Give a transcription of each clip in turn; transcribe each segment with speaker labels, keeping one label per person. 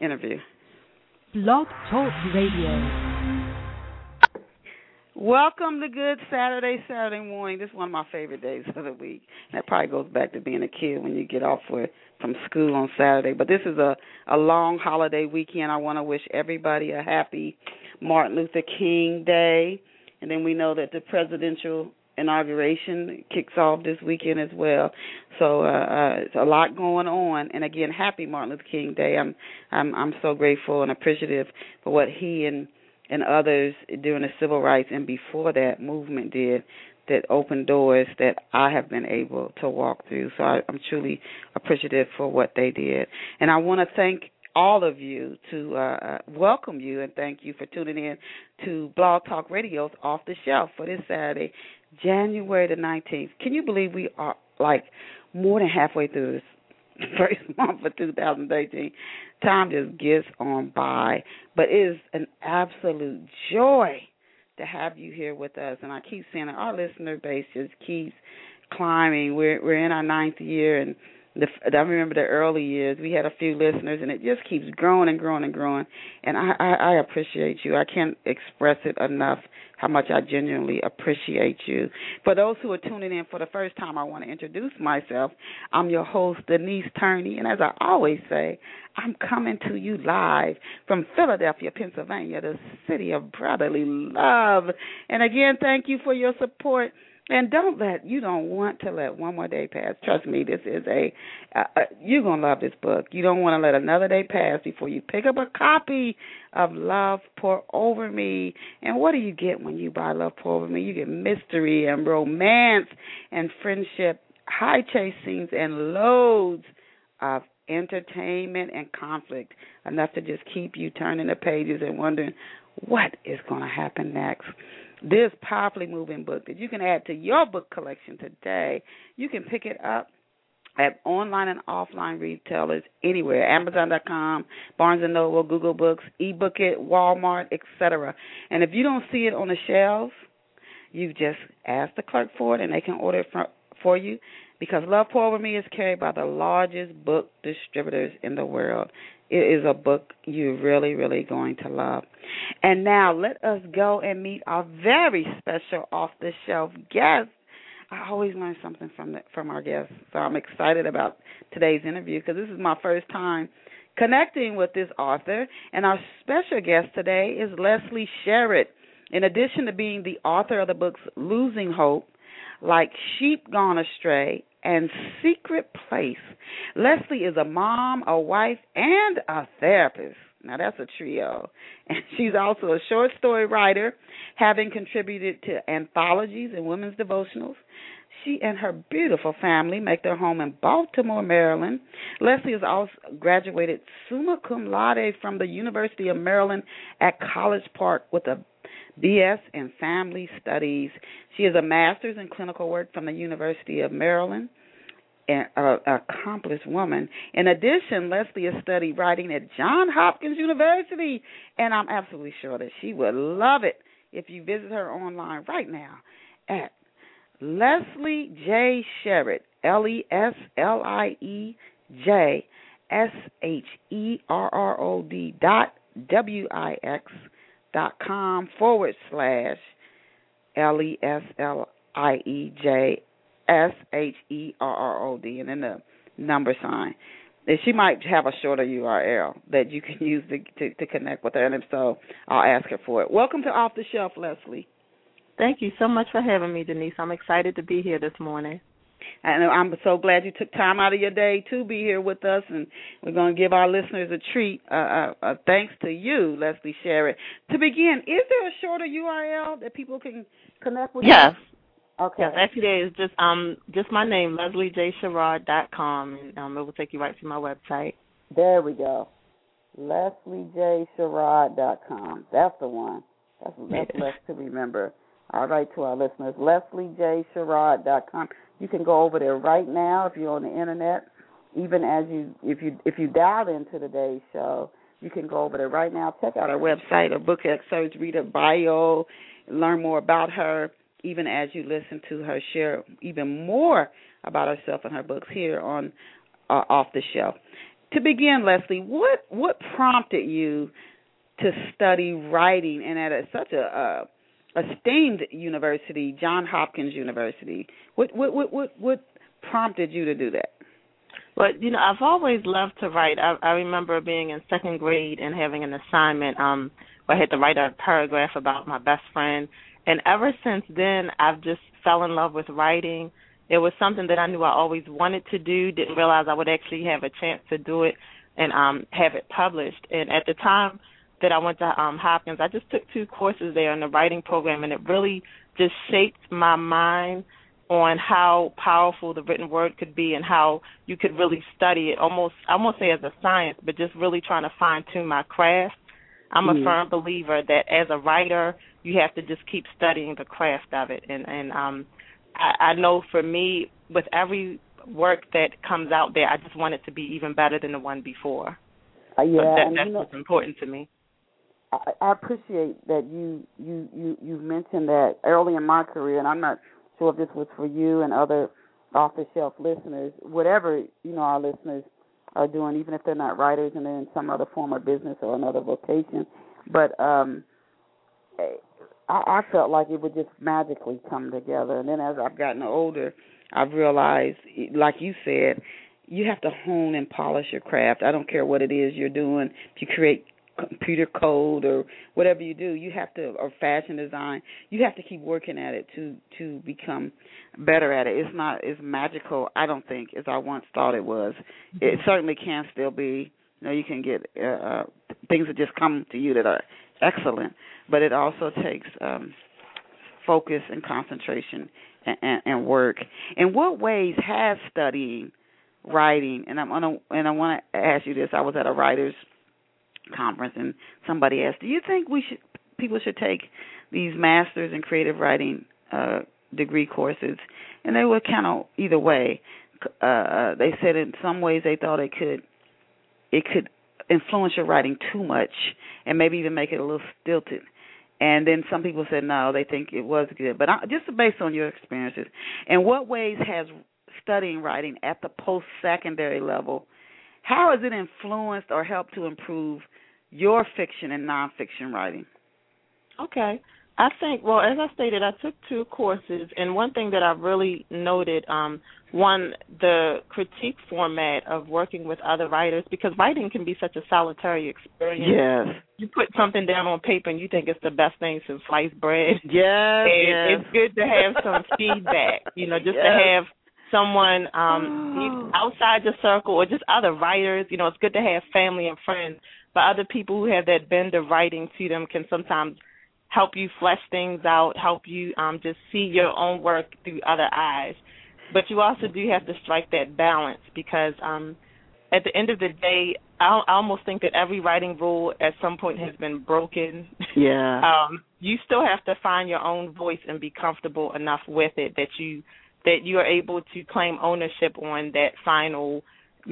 Speaker 1: interview.
Speaker 2: Blog Talk Radio.
Speaker 1: Welcome to Good Saturday, Saturday morning. This is one of my favorite days of the week. That probably goes back to being a kid when you get off for, from school on Saturday. But this is a, a long holiday weekend. I want to wish everybody a happy Martin Luther King Day. And then we know that the presidential inauguration kicks off this weekend as well. So uh, uh, it's a lot going on. And again, happy Martin Luther King Day. I'm I'm I'm so grateful and appreciative for what he and and others during the civil rights and before that movement did that opened doors that I have been able to walk through. So I, I'm truly appreciative for what they did. And I want to thank all of you to uh, welcome you and thank you for tuning in to Blog Talk Radio's Off the Shelf for this Saturday, January the 19th. Can you believe we are like more than halfway through this first month of 2018? Time just gets on by, but it is an absolute joy to have you here with us. And I keep saying that our listener base just keeps climbing. We're we're in our ninth year and the, I remember the early years. We had a few listeners, and it just keeps growing and growing and growing. And I, I, I appreciate you. I can't express it enough how much I genuinely appreciate you. For those who are tuning in for the first time, I want to introduce myself. I'm your host, Denise Turney, and as I always say, I'm coming to you live from Philadelphia, Pennsylvania, the city of brotherly love. And again, thank you for your support and don't let you don't want to let one more day pass trust me this is a uh, you're going to love this book you don't want to let another day pass before you pick up a copy of love pour over me and what do you get when you buy love pour over me you get mystery and romance and friendship high chasings and loads of entertainment and conflict enough to just keep you turning the pages and wondering what is going to happen next this powerfully moving book that you can add to your book collection today. You can pick it up at online and offline retailers anywhere amazon.com barnes and noble google books ebook it walmart etc and if you don't see it on the shelves you just ask the clerk for it and they can order it for, for you because love pour over me is carried by the largest book distributors in the world it is a book you're really, really going to love. And now let us go and meet our very special off the shelf guest. I always learn something from the, from our guests, so I'm excited about today's interview because this is my first time connecting with this author. And our special guest today is Leslie Sherritt. In addition to being the author of the books Losing Hope, Like Sheep Gone Astray, and secret place. Leslie is a mom, a wife, and a therapist. Now that's a trio. And she's also a short story writer, having contributed to anthologies and women's devotionals. She and her beautiful family make their home in Baltimore, Maryland. Leslie has also graduated summa cum laude from the University of Maryland at College Park with a BS in Family Studies. She is a master's in clinical work from the University of Maryland. An accomplished woman. In addition, Leslie has studied writing at Johns Hopkins University, and I'm absolutely sure that she would love it if you visit her online right now at Leslie J. Sherritt, L E S L I E J S H E R R O D dot W I X dot com forward slash L E S L I E J S H E R R O D and then the number sign. And she might have a shorter URL that you can use to, to, to connect with her, and if so, I'll ask her for it. Welcome to Off the Shelf, Leslie.
Speaker 3: Thank you so much for having me, Denise. I'm excited to be here this morning.
Speaker 1: And I'm so glad you took time out of your day to be here with us, and we're going to give our listeners a treat. Uh, uh, uh, thanks to you, Leslie Sherritt. To begin, is there a shorter URL that people can connect with?
Speaker 3: Yes.
Speaker 1: You? Okay.
Speaker 3: Yes, actually, there is just um just my name, LeslieJSherrod.com, and um, it will take you right to my website.
Speaker 1: There we go. LeslieJSherrod.com. That's the one. That's that's yes. left to remember. All right, to our listeners, LeslieJSherrod.com you can go over there right now if you're on the internet even as you if you if you dialed into today's show you can go over there right now check out our website or book excerpts read her bio learn more about her even as you listen to her share even more about herself and her books here on uh, off the shelf To begin, Leslie, what what prompted you to study writing and at a, such a uh, esteemed university, John Hopkins University? What what what what, what prompted you to do that?
Speaker 3: But you know, I've always loved to write. I, I remember being in second grade and having an assignment um where I had to write a paragraph about my best friend, and ever since then, I've just fell in love with writing. It was something that I knew I always wanted to do. Didn't realize I would actually have a chance to do it and um have it published. And at the time that I went to um Hopkins, I just took two courses there in the writing program, and it really just shaped my mind on how powerful the written word could be and how you could really study it almost I won't say as a science, but just really trying to fine tune my craft. I'm mm-hmm. a firm believer that as a writer you have to just keep studying the craft of it and, and um I, I know for me with every work that comes out there I just want it to be even better than the one before.
Speaker 4: Uh, yeah,
Speaker 3: so that, that's
Speaker 4: you know,
Speaker 3: what's important to me.
Speaker 4: I, I appreciate that you you you you mentioned that early in my career and I'm not sure if this was for you and other off the shelf listeners, whatever you know our listeners are doing, even if they're not writers and they're in some other form of business or another vocation. But um I, I felt like it would just magically come together. And then as I've gotten older,
Speaker 1: I've realized, like you said, you have to hone and polish your craft. I don't care what it is you're doing. If you create computer code or whatever you do you have to or fashion design you have to keep working at it to to become better at it it's not as magical i don't think as i once thought it was
Speaker 4: Mm-hmm.
Speaker 1: it certainly can still be you know you can get uh things that just come to you that are excellent but it also takes um focus and concentration and, and, and work in what ways has studying writing and i'm gonna and i want to ask you this i was at a writer's conference and somebody asked, "Do you think we should people should take these masters in creative writing uh degree courses?" And they were kind of either way. Uh they said in some ways they thought it could it could influence your writing too much and maybe even make it a little stilted. And then some people said no, they think it was good. But I, just based on your experiences, in what ways has studying writing at the post-secondary level how has it influenced or helped to improve your fiction and nonfiction writing?
Speaker 3: Okay. I think well, as I stated, I took two courses and one thing that I really noted, um, one, the critique format of working with other writers because writing can be such a solitary experience.
Speaker 1: Yes.
Speaker 3: You put something down on paper and you think it's the best thing since sliced bread.
Speaker 1: Yes. And
Speaker 3: yes. it's good to have some feedback, you know, just yes. to have someone um outside your circle or just other writers you know it's good to have family and friends but other people who have that bend of writing to them can sometimes help you flesh things out help you um just see your own work through other eyes but you also do have to strike that balance because um at the end of the day i, I almost think that every writing rule at some point has been broken
Speaker 1: yeah
Speaker 3: um you still have to find your own voice and be comfortable enough with it that you that you are able to claim ownership on that final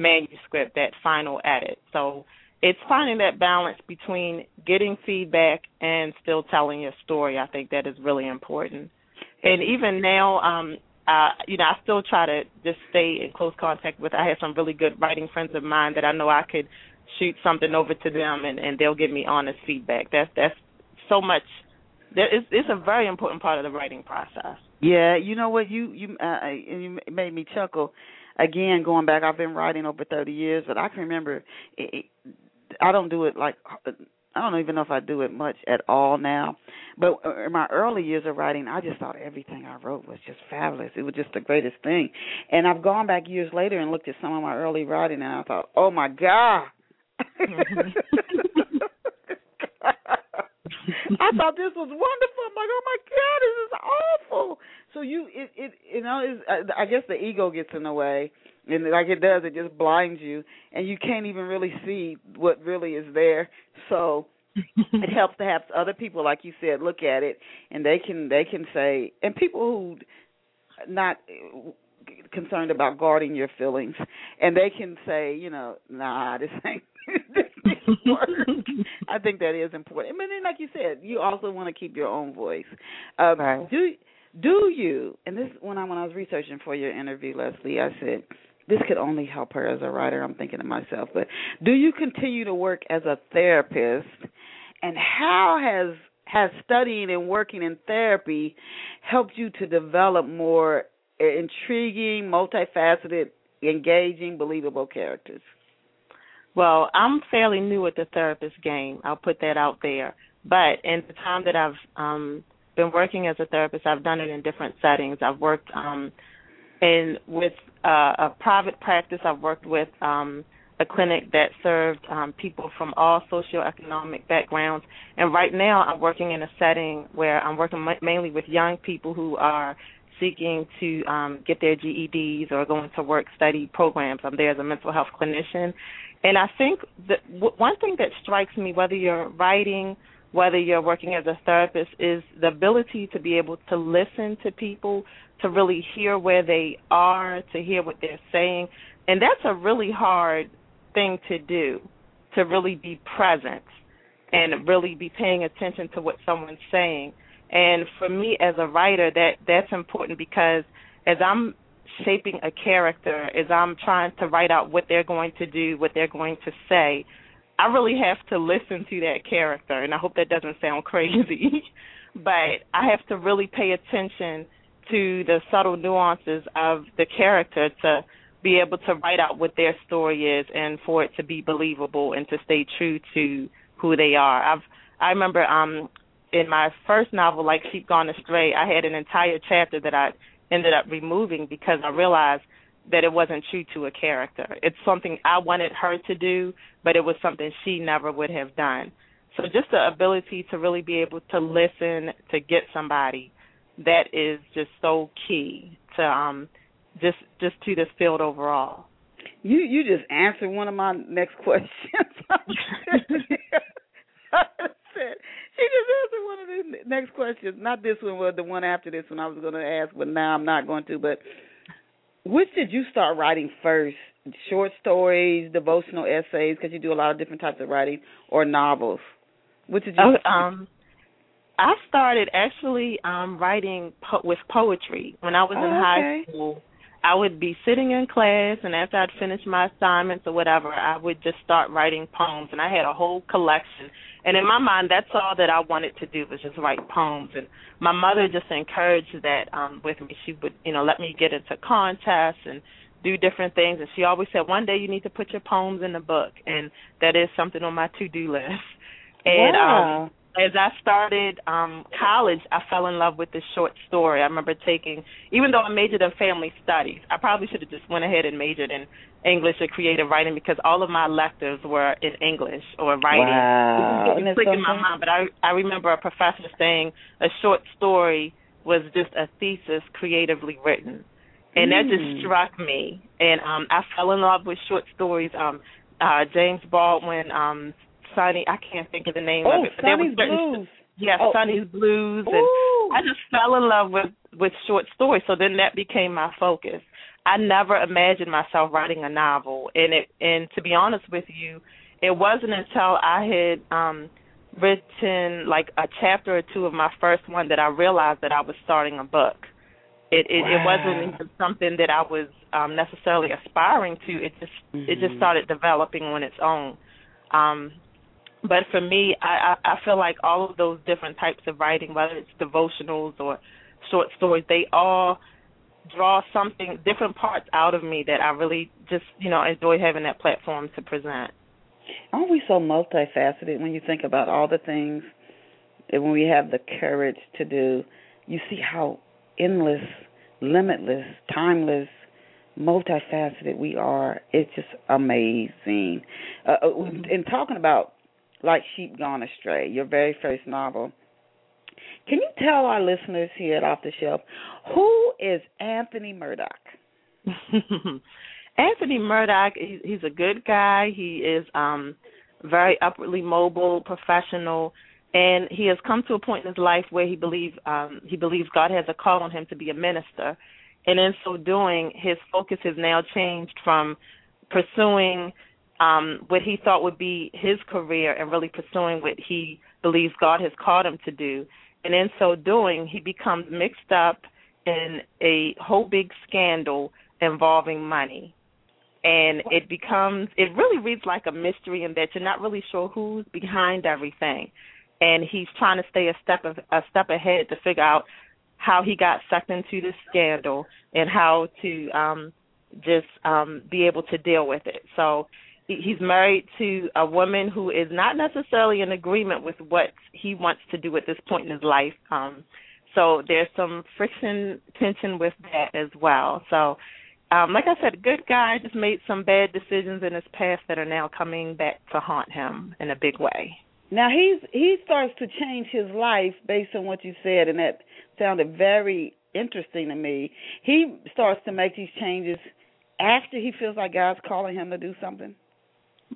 Speaker 3: manuscript, that final edit. So it's finding that balance between getting feedback and still telling your story. I think that is really important. And even now, um, uh, you know, I still try to just stay in close contact with. I have some really good writing friends of mine that I know I could shoot something over to them, and, and they'll give me honest feedback. That's that's so much. That is, it's a very important part of the writing process.
Speaker 1: Yeah, you know what you you uh, you made me chuckle. Again, going back, I've been writing over thirty years, but I can remember. It, it, I don't do it like I don't even know if I do it much at all now. But in my early years of writing, I just thought everything I wrote was just fabulous. It was just the greatest thing. And I've gone back years later and looked at some of my early writing, and I thought, oh my god. I thought this was wonderful. I'm like, oh my god, this is awful. So you, it, it, you know, it's, I guess the ego gets in the way, and like it does, it just blinds you, and you can't even really see what really is there. So it
Speaker 3: Mm-hmm.
Speaker 1: helps to have other people, like you said, look at it, and they can, they can say, and people who not concerned about guarding your feelings, and they can say, you know, nah, this ain't I think that is important. But then, like you said, you also want to keep your own voice. Um, right. Do do you? And this when I when I was researching for your interview, Leslie, I said this could only help her as a writer, I'm thinking to myself. But do you continue to work as a therapist? And how has has studying and working in therapy helped you to develop more intriguing, multifaceted, engaging, believable characters?
Speaker 3: Well, I'm fairly new at the therapist game. I'll put that out there. But in the time that I've um been working as a therapist, I've done it in different settings. I've worked um in with uh, a private practice. I've worked with um a clinic that served um people from all socioeconomic backgrounds. And right now I'm working in a setting where I'm working mainly with young people who are seeking to um, get their GEDs or going to work study programs. I'm there as a mental health clinician, and I think that w- one thing that strikes me, whether you're writing, whether you're working as a therapist, is the ability to be able to listen to people, to really hear where they are, to hear what they're saying, and that's a really hard thing to do, to really be present and really be paying attention to what someone's saying and for me as a writer that that's important because as i'm shaping a character as i'm trying to write out what they're going to do what they're going to say i really have to listen to that character and i hope that doesn't sound crazy but i have to really pay attention to the subtle nuances of the character to be able to write out what their story is and for it to be believable and to stay true to who they are i've i remember um in my first novel, like Sheep Gone Astray, I had an entire chapter that I ended up removing because I realized that it wasn't true to a character. It's something I wanted her to do, but it was something she never would have done. So just the ability to really be able to listen to get somebody that is just so key to um just just to this field overall.
Speaker 1: You you just answered one of my next questions. she just answered one of the next questions. Not this one, but the one after this one I was going to ask, but now I'm not going to. But which did you start writing first? Short stories, devotional essays, because you do a lot of different types of writing, or novels? Which did you?
Speaker 3: Oh, um, I started actually um writing po- with poetry when I was oh, in okay. high school. I would be sitting in class, and after I'd finish my assignments or whatever, I would just start writing poems. And I had a whole collection. And in my mind, that's all that I wanted to do was just write poems. And my mother just encouraged that um with me. She would, you know, let me get into contests and do different things. And she always said, one day you need to put your poems in the book. And that is something on my to-do list. And
Speaker 1: yeah.
Speaker 3: um as I started um college, I fell in love with the short story. I remember taking even though I majored in family studies, I probably should have just went ahead and majored in English or creative writing because all of my electives were in English or writing.
Speaker 1: Wow.
Speaker 3: It clicked in my mind, but I I remember a professor saying a short story was just a thesis creatively written. And mm. that
Speaker 1: Hmm.
Speaker 3: just struck me. And um I fell in love with short stories. Um uh James Baldwin um Sunny. I can't think of the name
Speaker 1: oh,
Speaker 3: of it.
Speaker 1: But Sunny's there was certain, Blues.
Speaker 3: Yeah,
Speaker 1: oh.
Speaker 3: Sunny's Blues, and
Speaker 1: Ooh.
Speaker 3: I just fell in love with with short stories. So then that became my focus. I never imagined myself writing a novel, and it and to be honest with you, it wasn't until I had um written like a chapter or two of my first one that I realized that I was starting a book. It it,
Speaker 1: wow.
Speaker 3: it wasn't even something that I was um necessarily aspiring to. It just mm-hmm. it just started developing on its own. Um but for me I, I i feel like all of those different types of writing whether it's devotionals or short stories they all draw something different parts out of me that i really just you know enjoy having that platform to present
Speaker 1: aren't we so multifaceted when you think about all the things and when we have the courage to do you see how endless limitless timeless multifaceted we are it's just amazing uh, and talking about like Sheep Gone Astray, your very first novel. Can you tell our listeners here at Off the Shelf who is Anthony Murdoch?
Speaker 3: Anthony Murdoch, he's a good guy. He is um very upwardly mobile, professional, and he has come to a point in his life where he believes um he believes God has a call on him to be a minister. And in so doing, his focus has now changed from pursuing um, what he thought would be his career and really pursuing what he believes God has called him to do. And in so doing, he becomes mixed up in a whole big scandal involving money. and it becomes it really reads like a mystery in that you're not really sure who's behind everything and he's trying to stay a step of, a step ahead to figure out how he got sucked into this scandal and how to um just um be able to deal with it so he's married to a woman who is not necessarily in agreement with what he wants to do at this point in his life um so there's some friction tension with that as well so um, like I said, good guy just made some bad decisions in his past that are now coming back to haunt him in a big way.
Speaker 1: Now he's he starts to change his life based on what you said, and that sounded very interesting to me. He starts to make these changes after he feels like God's calling him to do something.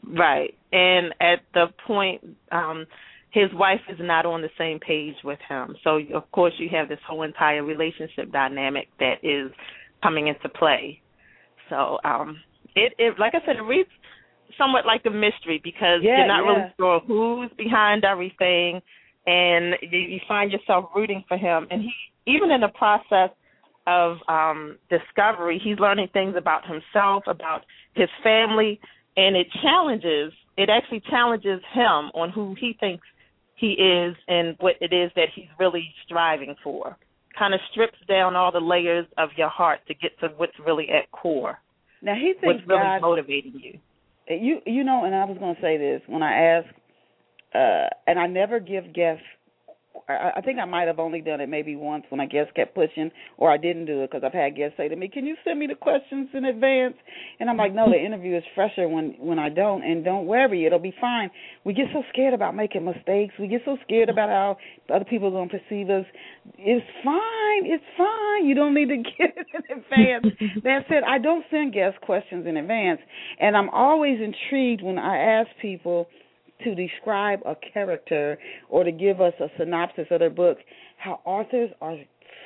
Speaker 3: Right, and at the point, um, his wife is not on the same page with him. So of course you have this whole entire relationship dynamic that is coming into play. So um it, it like I said, it reads somewhat like a mystery because yeah, you're not yeah. really sure who's behind everything and you, you find yourself rooting for him and he even in the process of um discovery he's learning things about himself, about his family and it challenges it actually challenges him on who he thinks he is and what it is that he's really striving for kind of strips down all the layers of your heart to get to what's really at core.
Speaker 1: Now he thinks
Speaker 3: what's really
Speaker 1: God,
Speaker 3: motivating you.
Speaker 1: You you know, and I was going to say this when I asked, uh, and I never give guests. I, I think I might have only done it maybe once when I guest kept pushing, or I didn't do it because I've had guests say to me, "Can you send me the questions in advance?" And I'm like, "No, the interview is fresher when when I don't, and don't worry, it'll be fine." We get so scared about making mistakes. We get so scared about how other people are going to perceive us. It's fine. It's fine. You don't need to get it in advance. that said, I don't send guest questions in advance, and I'm always intrigued when I ask people to describe a character or to give us a synopsis of their book, how authors are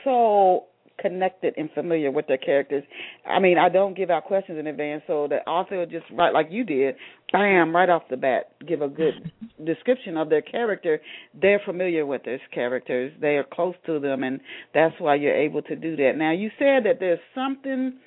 Speaker 1: so connected and familiar with their characters. I mean, I don't give out questions in advance, so the author will just write like you did, bam, right off the bat, give a good description of their character. They're familiar with their characters, they are close to them, and that's why you're able to do that. Now, you said that there's something.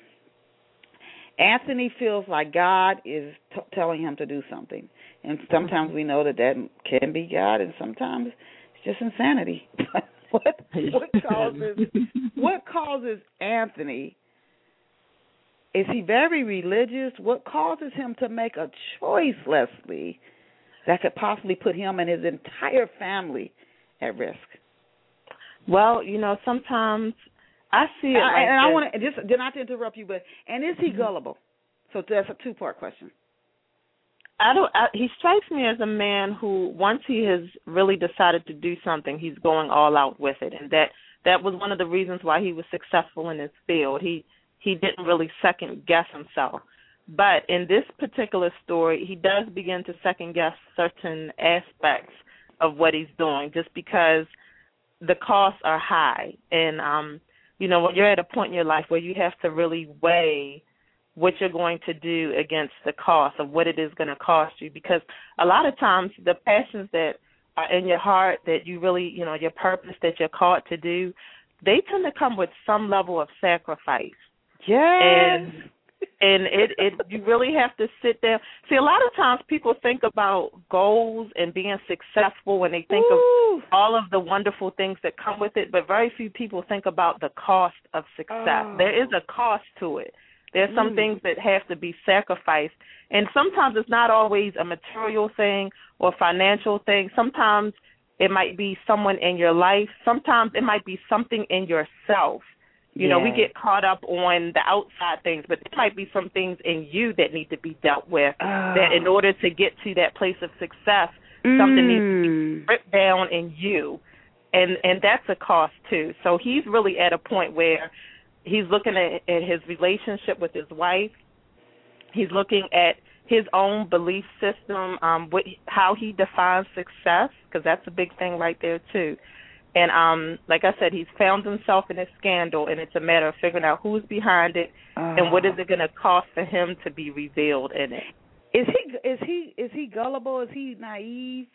Speaker 1: Anthony feels like God is t- telling him to do something. And sometimes we know that that can be God, and sometimes it's just insanity. what, what causes what causes Anthony? Is he very religious? What causes him to make a choice, Leslie, that could possibly put him and his entire family at risk?
Speaker 3: Well, you know, sometimes I see it. Like
Speaker 1: I, and
Speaker 3: this. I
Speaker 1: want to just not to interrupt you, but and is he gullible? So that's a two part question.
Speaker 3: I don't. I, he strikes me as a man who, once he has really decided to do something, he's going all out with it, and that that was one of the reasons why he was successful in his field. He he didn't really second guess himself. But in this particular story, he does begin to second guess certain aspects of what he's doing, just because the costs are high, and um, you know when you're at a point in your life where you have to really weigh what you're going to do against the cost of what it is going to cost you because a lot of times the passions that are in your heart that you really you know your purpose that you're called to do they tend to come with some level of sacrifice
Speaker 1: yes
Speaker 3: and and it it you really have to sit there see a lot of times people think about goals and being successful and they think Ooh. of all of the wonderful things that come with it but very few people think about the cost of success oh. there is a cost to it there's some mm. things that have to be sacrificed. And sometimes it's not always a material thing or financial thing. Sometimes it might be someone in your life. Sometimes it might be something in yourself. You yes. know, we get caught up on the outside things, but there might be some things in you that need to be dealt with. Oh. That in order to get to that place of success, mm. something needs to be ripped down in you. And and that's a cost too. So he's really at a point where he's looking at, at, his relationship with his wife. He's looking at his own belief system, um, what, how he defines success, because that's a big thing right there too. And um, like I said, he's found himself in a scandal, and it's a matter of figuring out who's behind it uh, and
Speaker 1: Uh-huh.
Speaker 3: what is it going to cost for him to be revealed in it.
Speaker 1: Is he is he is he gullible? Is he naive?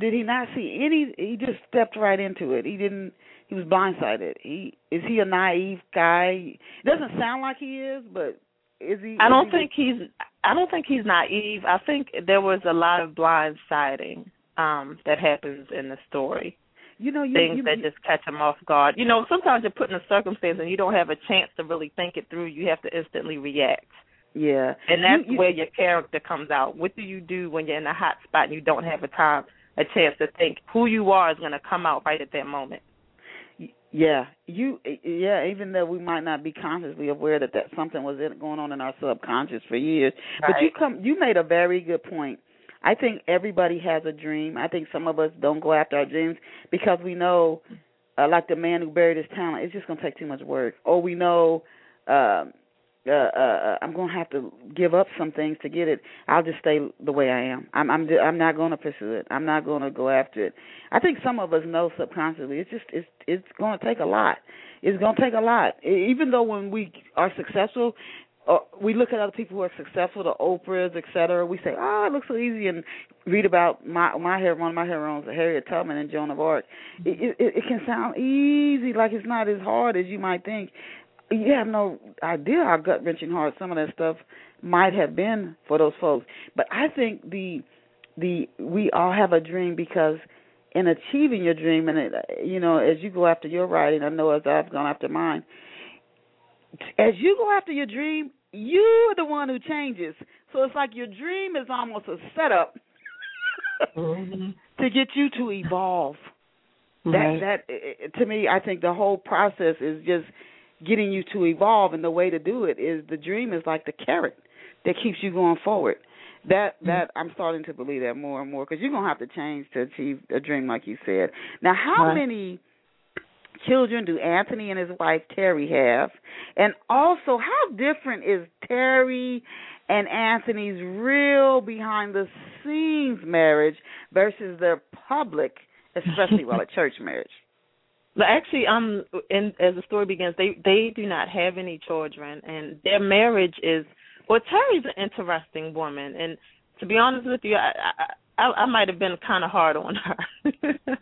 Speaker 1: Did he not see any? He just stepped right into it. He didn't he was blindsided. He is he a naive guy? It doesn't sound like he is, but Is he?
Speaker 3: I don't
Speaker 1: is he,
Speaker 3: think he's. I don't think he's naive. I think there was a lot of blindsiding um, that happens in the story.
Speaker 1: You know, you,
Speaker 3: Things
Speaker 1: you,
Speaker 3: that
Speaker 1: you-
Speaker 3: just catch him off guard. You know, sometimes you're put in a circumstance and you don't have a chance to really think it through. You have to instantly react,
Speaker 1: yeah,
Speaker 3: and that's
Speaker 1: You- you-
Speaker 3: where your character comes out. What do you do when you're in a hot spot and you don't have a time, a chance to think? Who you are is going to come out right at that moment.
Speaker 1: yeah, you yeah. Even though we might not be consciously aware that that something was in- going on in our subconscious for years, but you
Speaker 3: Right.
Speaker 1: come you made a very good point. I think everybody has a dream. I think some of us don't go after our dreams because we know, uh, like the man who buried his talent, it's just gonna take too much work. Or we know, um, uh, uh, uh, I'm gonna have to give up some things to get it. I'll just stay the way I am. I'm I'm ju- I'm not gonna pursue it. I'm not gonna go after it. I think some of us know subconsciously. It's just it's it's gonna take a lot. It's gonna take a lot. E- Even though when we are successful, uh, we look at other people who are successful, the Oprahs, et cetera. We say, "Oh, it looks so easy," and read about my my hero, one of my heroines, Harriet Tubman and Joan of Arc. It, it it can sound easy, like it's not as hard as you might think. You have no idea how gut wrenching hard some of that stuff might have been for those folks. But I think the the we all have a dream because in achieving your dream, and it, you know, as you go after your writing, I know as I've gone after mine, as you go after your dream, you're the one who changes. So it's like your dream is almost a setup Mm-hmm. to get you to evolve. That that eh, eh, to me, I think the whole process is just getting you to evolve, and the way to do it is the dream is like the carrot that keeps you going forward. That that I'm starting to believe that more and more because you're gonna have to change to achieve a dream, like you said. Now, how
Speaker 3: Right.
Speaker 1: many children do Anthony and his wife Terry have? And also, how different is Terry and Anthony's real behind the scenes marriage versus their public, especially while at church marriage?
Speaker 3: But actually, um, in, as the story begins, they they do not have any children, and their marriage is. Well, Terry's an interesting woman, and to be honest with you, I I, I, I might have been kind of hard on her.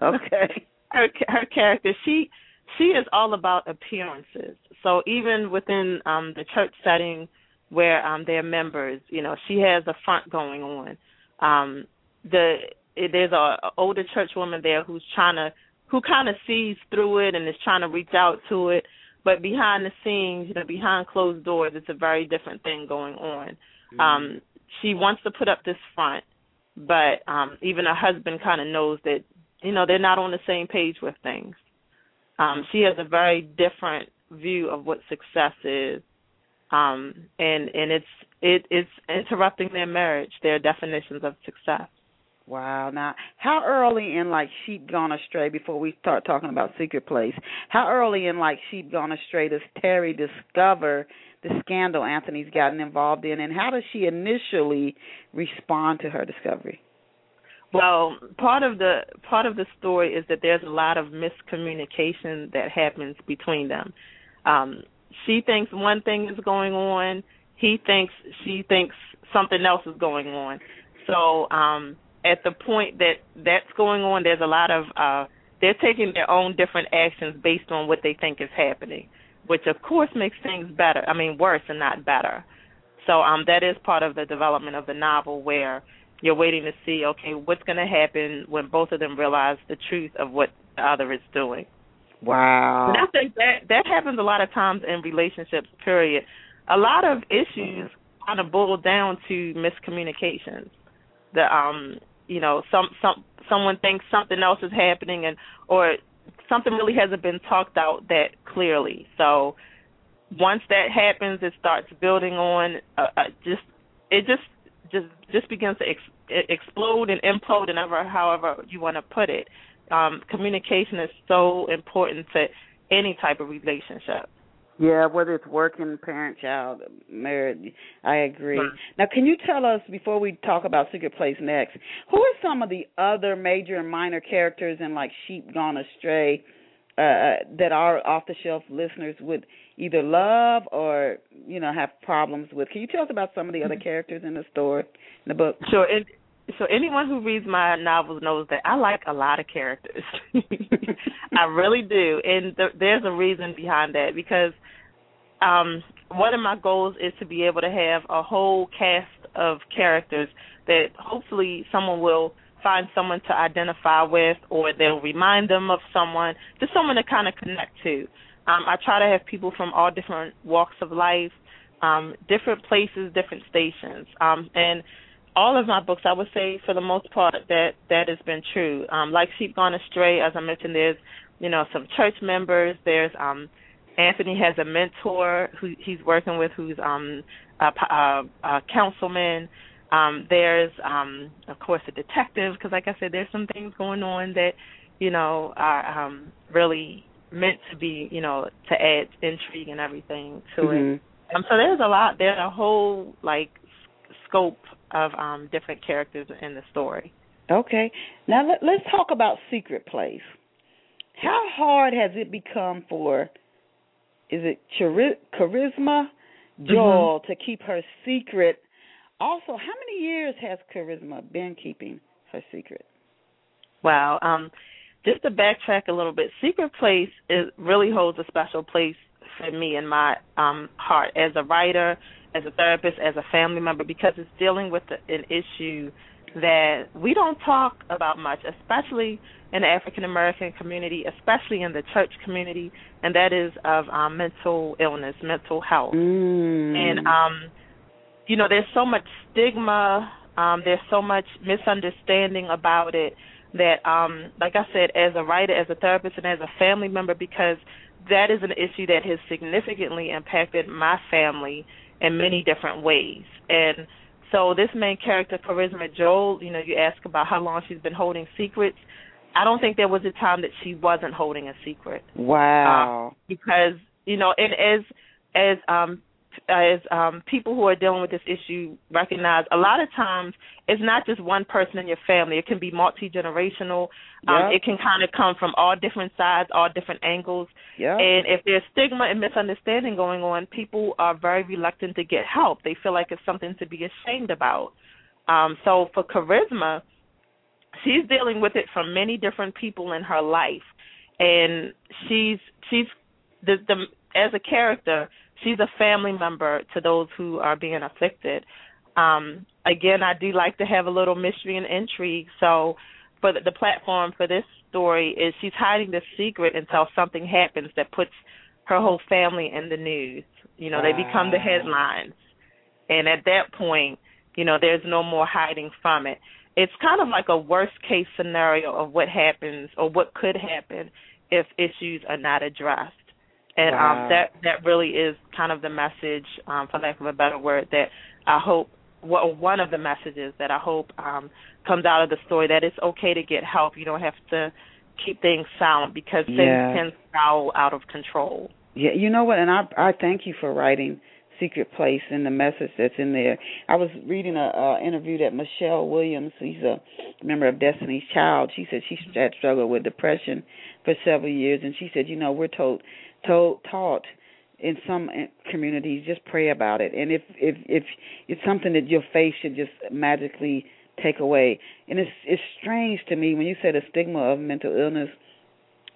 Speaker 1: Okay.
Speaker 3: her her character, she she is all about appearances. So even within um the church setting where um they're members, you know, she has a front going on. Um the there's a, a older church woman there who's trying to who kind of sees through it and is trying to reach out to it, but behind the scenes, you know, behind closed doors, it's a very different thing going on.
Speaker 1: Mm-hmm.
Speaker 3: Um she wants to put up this front, but um even her husband kind of knows that you know they're not on the same page with things. Um, she has a very different view of what success is, um, and and it's it it's interrupting their marriage, their definitions of success.
Speaker 1: Wow. Now, how early in like sheep gone astray before we start talking about secret place? How early in like sheep gone astray does Terry discover the scandal Anthony's gotten involved in, and how does she initially respond to her discovery?
Speaker 3: Well, part of the part of the story is that there's a lot of miscommunication that happens between them. Um, she thinks one thing is going on, he thinks she thinks something else is going on. So, um, at the point that that's going on, there's a lot of uh, they're taking their own different actions based on what they think is happening, which of course makes things better. I mean, worse and not better. So, um, that is part of the development of the novel where you're waiting to see okay what's going to happen when both of them realize the truth of what the other is doing
Speaker 1: Wow.
Speaker 3: and i think that that happens a lot of times in relationships period a lot of issues kind of boil down to miscommunications the um you know some some someone thinks something else is happening and or something really hasn't been talked out that clearly so once that happens it starts building on uh, uh, just it just just just begins to ex- e- explode and implode and ever however you want to put it um communication is so important to any type of relationship
Speaker 1: Yeah, whether it's working, parent, child, married, I agree.
Speaker 3: Right.
Speaker 1: Now, can you tell us before we talk about Secret Place next, who are some of the other major and minor characters in like Sheep Gone Astray uh, that our off-the-shelf listeners would either love or you know have problems with? Can you tell us about some of the other characters in the story, in the book?
Speaker 3: Sure. And so anyone who reads my novels knows that I like a lot of characters. I really do, and th- there's a reason behind that because um one of my goals is to be able to have a whole cast of characters that hopefully someone will find someone to identify with or they'll remind them of someone, just someone to kind of connect to. Um, I try to have people from all different walks of life, um, different places, different stations. Um, and all of my books, I would say for the most part that that has been true. Um, like Sheep Gone Astray, as I mentioned, there's you know some church members. There's um, Anthony has a mentor who he's working with, who's um, a, a, a councilman. Um, there's um, of course a detective, because like I said, there's some things going on that you know are um, really meant to be, you know, to add intrigue and everything to mm-hmm. it. Um, so there's a lot. There's a whole like scope of um different characters in the story.
Speaker 1: Okay. Now let, us talk about Secret Place. How hard has it become for is it chari- charisma Joel mm-hmm. to keep her secret? Also, how many years has charisma been keeping her secret?
Speaker 3: Wow. Um just to backtrack a little bit, Secret Place is really holds a special place for me in my um heart as a writer as a therapist, as a family member, because it's dealing with an issue that we don't talk about much, especially in the African American community, especially in the church community, and that is of um, mental illness, mental health.
Speaker 1: Mm.
Speaker 3: And, um, you know, there's so much stigma, um, there's so much misunderstanding about it that, um, like I said, as a writer, as a therapist, and as a family member, because that is an issue that has significantly impacted my family in many different ways. And so this main character, Charisma Joel, you know, you ask about how long she's been holding secrets. I don't think there was a time that she wasn't holding a secret.
Speaker 1: Wow.
Speaker 3: Um, because, you know, and as as um as um people who are dealing with this issue recognize a lot of times it's not just one person in your family. It can be multi generational. Um yep. it can kinda come from all different sides, all different angles.
Speaker 1: Yep.
Speaker 3: And if there's stigma and misunderstanding going on, people are very reluctant to get help. They feel like it's something to be ashamed about. Um so for charisma, she's dealing with it from many different people in her life. And she's she's the the as a character she's a family member to those who are being afflicted. Um, again, I do like to have a little mystery and intrigue. So, for the, the platform for this story is she's hiding this secret until something happens that puts her whole family in the news. You know, wow. they become the headlines, and at that point, you know, there's no more hiding from it. It's kind of like a worst case scenario of what happens or what could happen if issues are not addressed and wow. um, that that really is kind of the message, um, for lack of a better word, that I hope. Well, one of the messages that I hope um, comes out of the story that it's okay to get help. You don't have to keep things silent because things yeah. can spiral out of control.
Speaker 1: Yeah, you know what? And I I thank you for writing Secret Place and the message that's in there. I was reading a, a interview that Michelle Williams, she's a member of Destiny's Child. She said she had struggled with depression for several years, and she said, you know, we're told told taught in some eh, communities just pray about it and if if if it's something that your faith should just magically take away and it's it's strange to me when you said a stigma of mental illness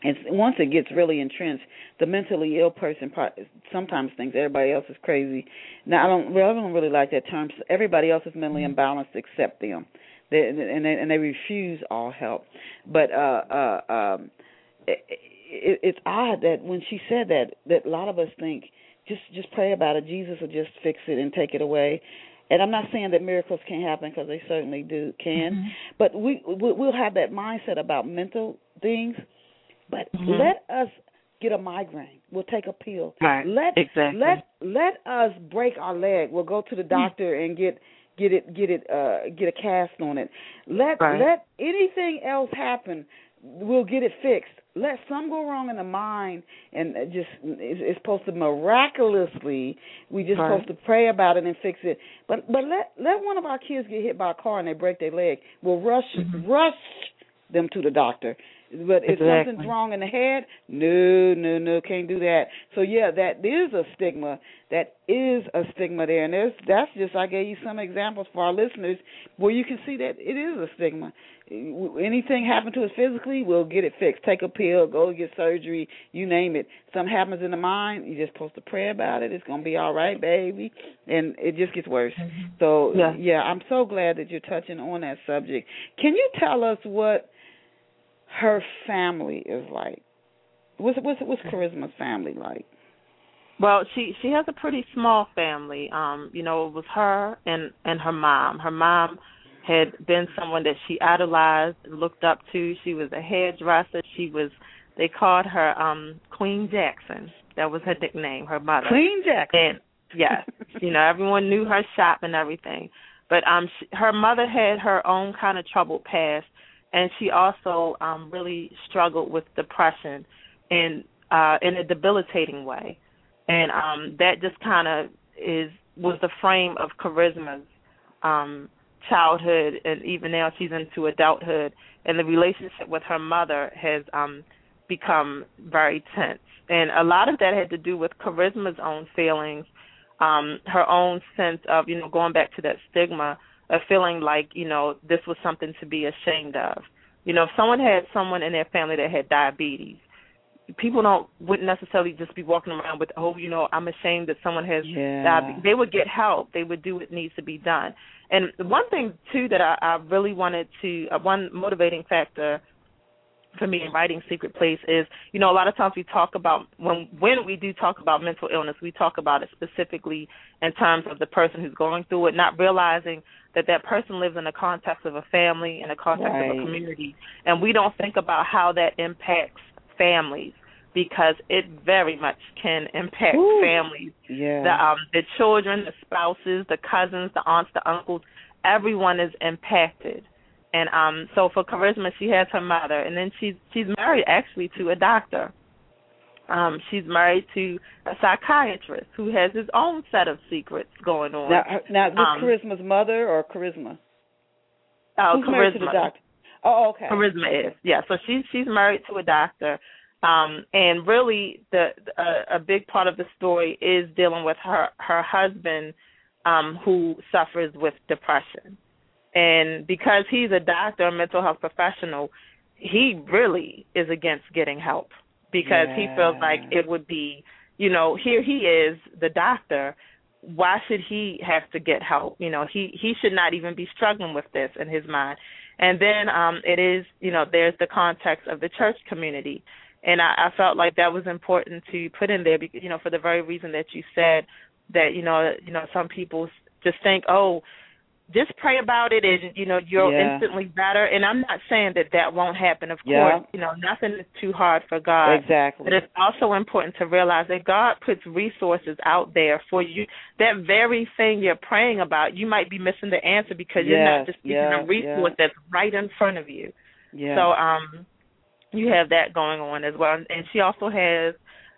Speaker 1: and once it gets really entrenched the mentally ill person part sometimes thinks everybody else is crazy now i don't well, I don't really like that term everybody else is mentally imbalanced except them they, and they and they refuse all help but uh uh um it, it, it's odd that when she said that, that a lot of us think just just pray about it. Jesus will just fix it and take it away. And I'm not saying that miracles can't happen because they certainly do can, mm-hmm. but we we'll have that mindset about mental things. But mm-hmm. let us get a migraine. We'll take a pill.
Speaker 3: Right.
Speaker 1: Let
Speaker 3: exactly. Hmm.
Speaker 1: let let us break our leg. We'll go to the doctor mm-hmm. and get get it get it uh get a cast on it. Let
Speaker 3: right.
Speaker 1: let anything else happen. We'll get it fixed let some go wrong in the mind and just it's supposed to miraculously we just right. supposed to pray about it and fix it but but let let one of our kids get hit by a car and they break their leg we'll rush mm-hmm. rush them to the doctor But if exactly. something's wrong in the head, no, no, no, can't do that. So yeah, that is a stigma. That is a stigma there, and there's, that's just I gave you some examples for our listeners where you can see that it is a stigma. Anything happen to us physically, we'll get it fixed. Take a pill, go get surgery, you name it. Something happens in the mind, you're just supposed to pray about it. It's gonna be all right, baby, and it just gets worse. Mm-hmm. So yeah. yeah, I'm so glad that you're touching on that subject. Can you tell us what her family is like? What's what's what's Charisma's family like?
Speaker 3: Well, she she has a pretty small family. Um, you know, it was her and and her mom. Her mom had been someone that she idolized and looked up to. She was a hairdresser. She was they called her um Queen Jackson. That was her nickname, her mother.
Speaker 1: Queen Jackson.
Speaker 3: And yes, you know, everyone knew her shop and everything. But um she, her mother had her own kind of troubled past and she also um really struggled with depression and uh in a debilitating way and um that just kind of is was the frame of charisma's um childhood and even now she's into adulthood and the relationship with her mother has um become very tense and a lot of that had to do with charisma's own feelings um her own sense of you know going back to that stigma of feeling like you know this was something to be ashamed of you know if someone had someone in their family that had diabetes people don't wouldn't necessarily just be walking around with oh you know i'm ashamed that someone has
Speaker 1: yeah.
Speaker 3: diabetes they would get help they would do what needs to be done and one thing too that i, I really wanted to uh, one motivating factor for me in writing secret place is you know a lot of times we talk about when when we do talk about mental illness we talk about it specifically in terms of the person who's going through it not realizing that that person lives in the context of a family in the context right. of a community and we don't think about how that impacts families because it very much can impact Ooh, families.
Speaker 1: Yeah.
Speaker 3: The um the children, the spouses, the cousins, the aunts, the uncles, everyone is impacted. And um so for charisma she has her mother and then she's she's married actually to a doctor. Um she's married to a psychiatrist who has his own set of secrets going on.
Speaker 1: Now now this um, charisma's mother or charisma?
Speaker 3: Oh,
Speaker 1: Who's
Speaker 3: charisma.
Speaker 1: Married to the doctor? Oh, okay.
Speaker 3: Charisma is. Yeah, so she's she's married to a doctor um and really the uh, a big part of the story is dealing with her her husband um who suffers with depression and because he's a doctor a mental health professional he really is against getting help because yeah. he feels like it would be you know here he is the doctor why should he have to get help you know he he should not even be struggling with this in his mind and then um it is you know there's the context of the church community and I, I felt like that was important to put in there because you know for the very reason that you said that you know you know some people just think oh just pray about it and you know you're yeah. instantly better and I'm not saying that that won't happen of
Speaker 1: yeah.
Speaker 3: course you know nothing is too hard for God
Speaker 1: exactly
Speaker 3: but it's also important to realize that God puts resources out there for you that very thing you're praying about you might be missing the answer because
Speaker 1: yes.
Speaker 3: you're not just using
Speaker 1: yeah.
Speaker 3: a resource
Speaker 1: yeah.
Speaker 3: that's right in front of you
Speaker 1: yeah.
Speaker 3: so um you have that going on as well and she also has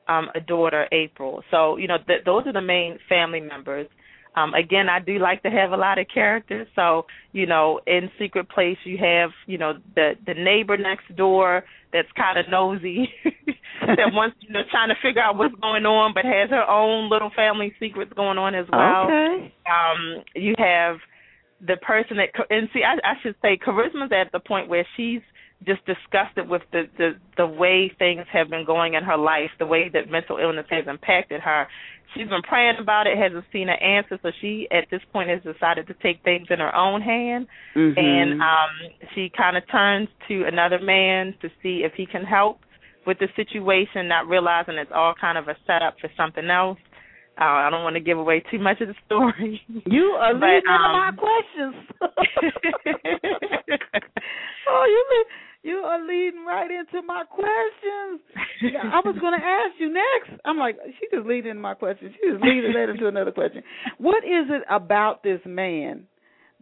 Speaker 3: um a daughter april so you know th- those are the main family members um again i do like to have a lot of characters so you know in secret place you have you know the the neighbor next door that's kind of nosy that wants you know trying to figure out what's going on but has her own little family secrets going on as well
Speaker 1: okay.
Speaker 3: um you have the person that and see i, I should say charisma's at the point where she's just disgusted with the, the the way things have been going in her life, the way that mental illness has impacted her. She's been praying about it, hasn't seen an answer, so she at this point has decided to take things in her own hand
Speaker 1: mm-hmm.
Speaker 3: and um she kind of turns to another man to see if he can help with the situation, not realizing it's all kind of a setup for something else. Uh, I don't want to give away too much of the story.
Speaker 1: You are
Speaker 3: but,
Speaker 1: leading
Speaker 3: um,
Speaker 1: my questions. oh, you lead, you are leading right into my questions. Yeah, I was going to ask you next. I'm like, she just leading into my questions. She just leading that into another question. What is it about this man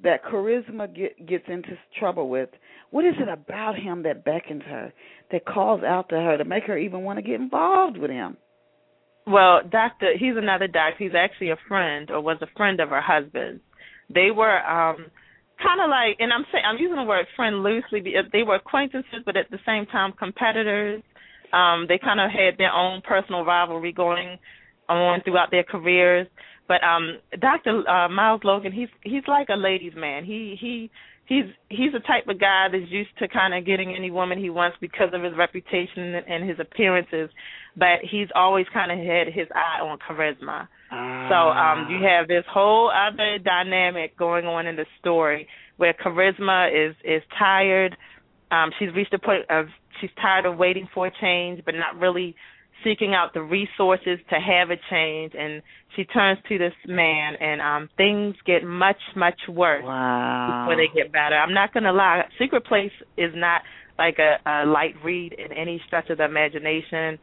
Speaker 1: that charisma get, gets into trouble with? What is it about him that beckons her, that calls out to her, to make her even want to get involved with him?
Speaker 3: Well, doctor, he's another doctor. He's actually a friend, or was a friend of her husband's. They were um kind of like, and I'm saying I'm using the word friend loosely. Because they were acquaintances, but at the same time competitors. Um, they kind of had their own personal rivalry going on throughout their careers. But um, Dr. Uh, Miles Logan, he's he's like a ladies' man. He he he's he's the type of guy that's used to kind of getting any woman he wants because of his reputation and his appearances, but he's always kind of had his eye on charisma. Ah. So um you have this whole other dynamic going on in the story where charisma is is tired. Um she's reached a point of she's tired of waiting for a change but not really seeking out the resources to have a change and she turns to this man and um things get much much worse
Speaker 1: wow.
Speaker 3: before they get better i'm not going to lie secret place is not like a, a light read in any stretch of the imagination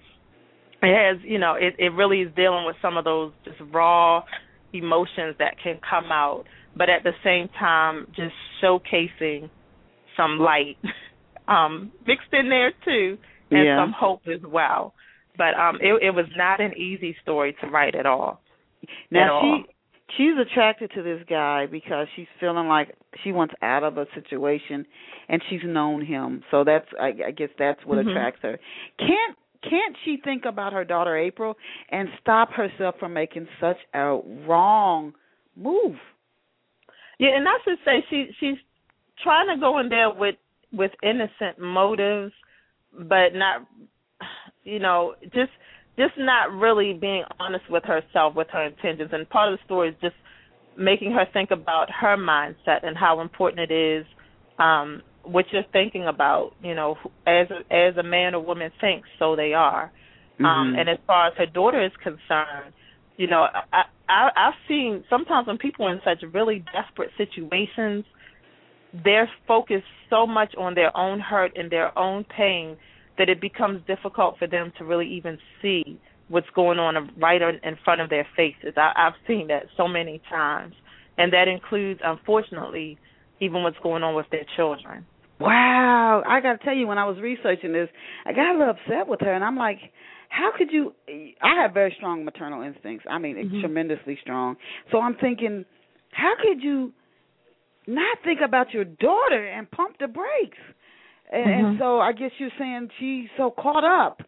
Speaker 3: it has you know it it really is dealing with some of those just raw emotions that can come out but at the same time just showcasing some light um mixed in there too and
Speaker 1: yeah.
Speaker 3: some hope as well but um it it was not an easy story to write at all.
Speaker 1: Now
Speaker 3: at all.
Speaker 1: she she's attracted to this guy because she's feeling like she wants out of a situation and she's known him. So that's I, I guess that's what mm-hmm. attracts her. Can't can't she think about her daughter April and stop herself from making such a wrong move? Um,
Speaker 3: Yeah, and I should say she she's trying to go in there with with innocent motives but not you know just just not really being honest with herself with her intentions and part of the story is just making her think about her mindset and how important it is um what you're thinking about you know as a, as a man or woman thinks so they are mm-hmm. um and as far as her daughter is concerned you know i i i've seen sometimes when people are in such really desperate situations they're focused so much on their own hurt and their own pain that it becomes difficult for them to really even see what's going on right in front of their faces. I, I've seen that so many times, and that includes, unfortunately, even what's going on with their children.
Speaker 1: Wow, I got to tell you, when I was researching this, I got a little upset with her, and I'm like, how could you? I have very strong maternal instincts. I mean, mm-hmm. tremendously strong. So I'm thinking, how could you not think about your daughter and pump the brakes? And, mm-hmm. and, so I guess you're saying she's so caught up,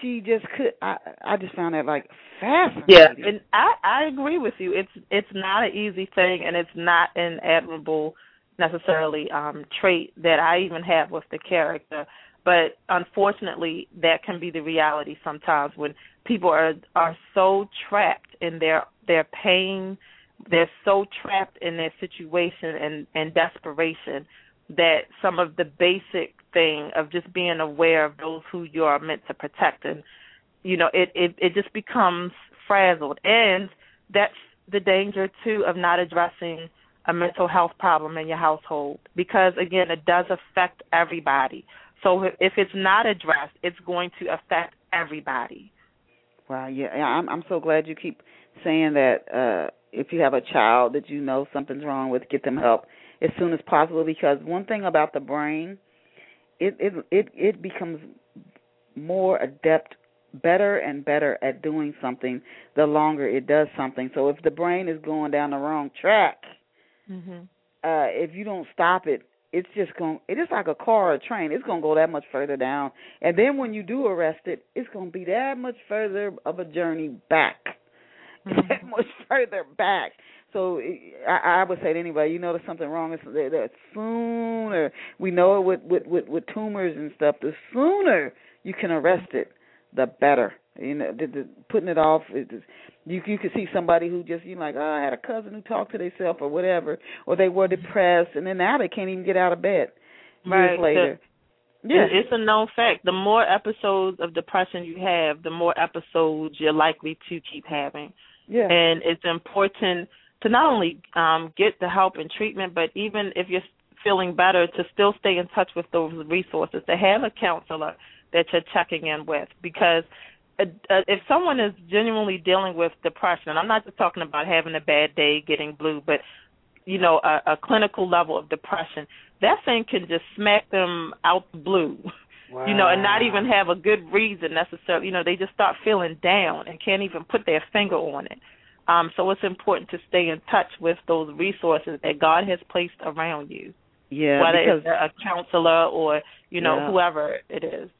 Speaker 1: she just could. I I just found that like fascinating.
Speaker 3: Yeah, and I I agree with you. It's it's not an easy thing, and it's not an admirable necessarily um trait that I even have with the character. But unfortunately, that can be the reality sometimes when people are are so trapped in their their pain, they're so trapped in their situation and and desperation that some of the basic thing of just being aware of those who you are meant to protect and you know it it it just becomes frazzled and that's the danger too of not addressing a mental health problem in your household because again it does affect everybody so if it's not addressed it's going to affect everybody
Speaker 1: wow yeah i'm i'm so glad you keep saying that uh if you have a child that you know something's wrong with get them help as soon as possible because one thing about the brain it it it it becomes more adept better and better at doing something the longer it does something so if the brain is going down the wrong track
Speaker 3: mm-hmm.
Speaker 1: uh if you don't stop it it's just going it is like a car or a train it's going to go that much further down and then when you do arrest it it's going to be that much further of a journey back mm-hmm. that much further back so I, I would say to anybody, you notice something wrong, it's, the sooner we know it with, with with with tumors and stuff, the sooner you can arrest it, the better. You know, the, the, putting it off, it just, you you could see somebody who just you know, like, oh, I had a cousin who talked to themselves or whatever, or they were depressed, and then now they can't even get out of bed
Speaker 3: right.
Speaker 1: years later.
Speaker 3: The, yeah, it's a known fact. The more episodes of depression you have, the more episodes you're likely to keep having.
Speaker 1: Yeah,
Speaker 3: and it's important to not only um, get the help and treatment, but even if you're feeling better, to still stay in touch with those resources, to have a counselor that you're checking in with. Because uh, if someone is genuinely dealing with depression, and I'm not just talking about having a bad day, getting blue, but you know, a, a clinical level of depression, that thing can just smack them out the blue.
Speaker 1: Wow.
Speaker 3: You know, and not even have a good reason necessarily. You know, they just start feeling down and can't even put their finger on it Um, so it's important to stay in touch with those resources that God has placed around you.
Speaker 1: Yeah,
Speaker 3: whether
Speaker 1: because,
Speaker 3: it's a counselor or you know yeah. whoever it is.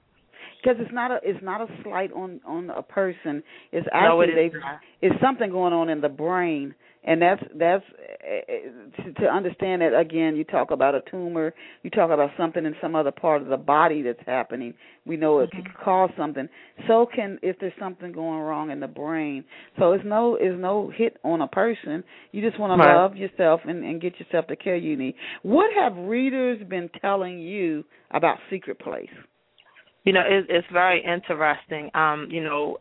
Speaker 1: Because it's not a it's not a slight on on a person. It's actually no, it it's something going on in the brain, and that's that's uh, to, to understand that again. You talk about a tumor, you talk about something in some other part of the body that's happening. We know it mm-hmm. could cause something. So can if there's something going wrong in the brain. So it's no it's no hit on a person. You just want right. to love yourself and, and get yourself the care you need. What have readers been telling you about Secret Place?
Speaker 3: you know it, it's very interesting um you know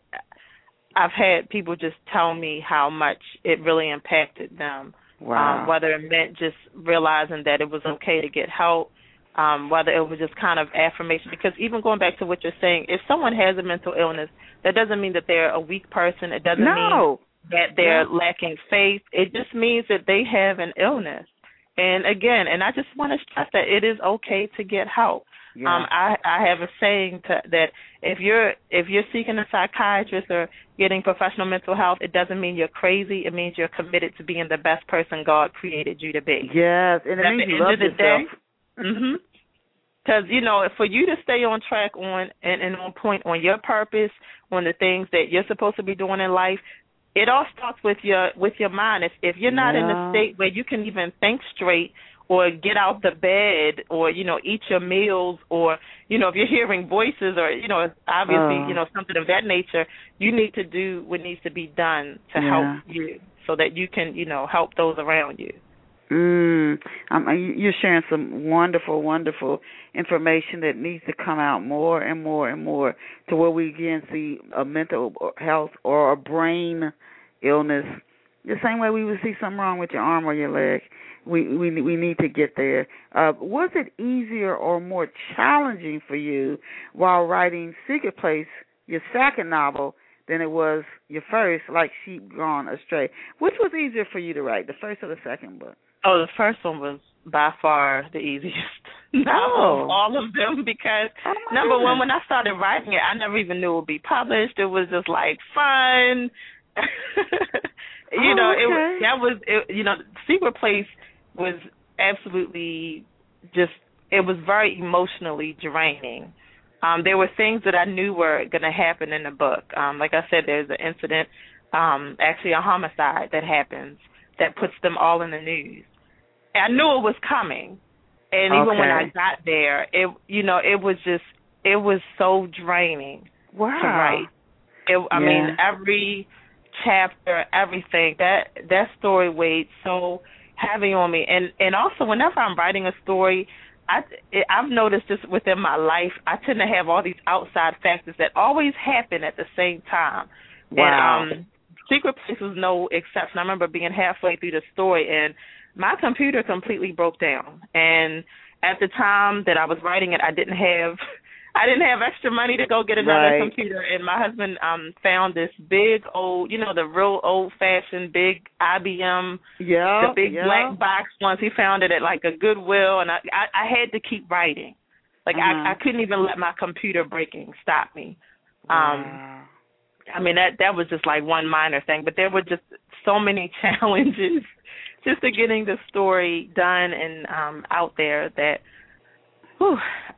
Speaker 3: i've had people just tell me how much it really impacted them
Speaker 1: wow.
Speaker 3: um whether it meant just realizing that it was okay to get help um whether it was just kind of affirmation because even going back to what you're saying if someone has a mental illness that doesn't mean that they're a weak person it doesn't
Speaker 1: no.
Speaker 3: mean that they're no. lacking faith it just means that they have an illness and again and i just want to stress that it is okay to get help yeah. Um, I I have a saying to, that if you're if you're seeking a psychiatrist or getting professional mental health, it doesn't mean you're crazy. It means you're committed to being the best person God created you to be.
Speaker 1: Yes, and it
Speaker 3: At
Speaker 1: means
Speaker 3: the
Speaker 1: you love
Speaker 3: of the
Speaker 1: yourself.
Speaker 3: Day, mm-hmm. Because you know, for you to stay on track on and, and on point on your purpose, on the things that you're supposed to be doing in life, it all starts with your with your mind. If if you're not yeah. in a state where you can even think straight or get out the bed or you know eat your meals or you know if you're hearing voices or you know obviously uh, you know something of that nature you need to do what needs to be done to yeah. help you so that you can you know help those around you
Speaker 1: Mm, um, you're sharing some wonderful, wonderful information that needs to come out more and more and more to where we again see a mental health or a brain illness the same way we would see something wrong with your arm or your leg. We we we need to get there. Uh, was it easier or more challenging for you while writing Secret Place, your second novel, than it was your first, like Sheep Gone Astray? Which was easier for you to write, the first or the second book?
Speaker 3: Oh, the first one was by far the easiest.
Speaker 1: No,
Speaker 3: of all of them because
Speaker 1: oh
Speaker 3: number
Speaker 1: goodness.
Speaker 3: one, when I started writing it, I never even knew it would be published. It was just like fun. you
Speaker 1: oh,
Speaker 3: know,
Speaker 1: okay.
Speaker 3: it that was it, you know, Secret Place was absolutely just it was very emotionally draining. Um there were things that I knew were going to happen in the book. Um like I said there's an incident um actually a homicide that happens that puts them all in the news. And I knew it was coming. And even
Speaker 1: okay.
Speaker 3: when I got there, it you know, it was just it was so draining
Speaker 1: wow.
Speaker 3: to write. It, I
Speaker 1: yeah.
Speaker 3: mean every chapter, everything. That that story weighed so heavy on me, and and also whenever I'm writing a story, I I've noticed just within my life, I tend to have all these outside factors that always happen at the same time.
Speaker 1: Wow.
Speaker 3: And, um, Secret Place was no exception. I remember being halfway through the story, and my computer completely broke down. And at the time that I was writing it, I didn't have I didn't have extra money to go get another
Speaker 1: right.
Speaker 3: computer, and my husband um found this big old, you know, the real old fashioned big IBM,
Speaker 1: yeah,
Speaker 3: the big
Speaker 1: Oh, yeah.
Speaker 3: black box ones. He found it at like a Goodwill, and I I, I had to keep writing, like
Speaker 1: Uh-huh.
Speaker 3: I I couldn't even let my computer breaking stop me.
Speaker 1: Wow.
Speaker 3: Um, I mean that that was just like one minor thing, but there were just so many challenges just to getting the story done and um out there that Whew.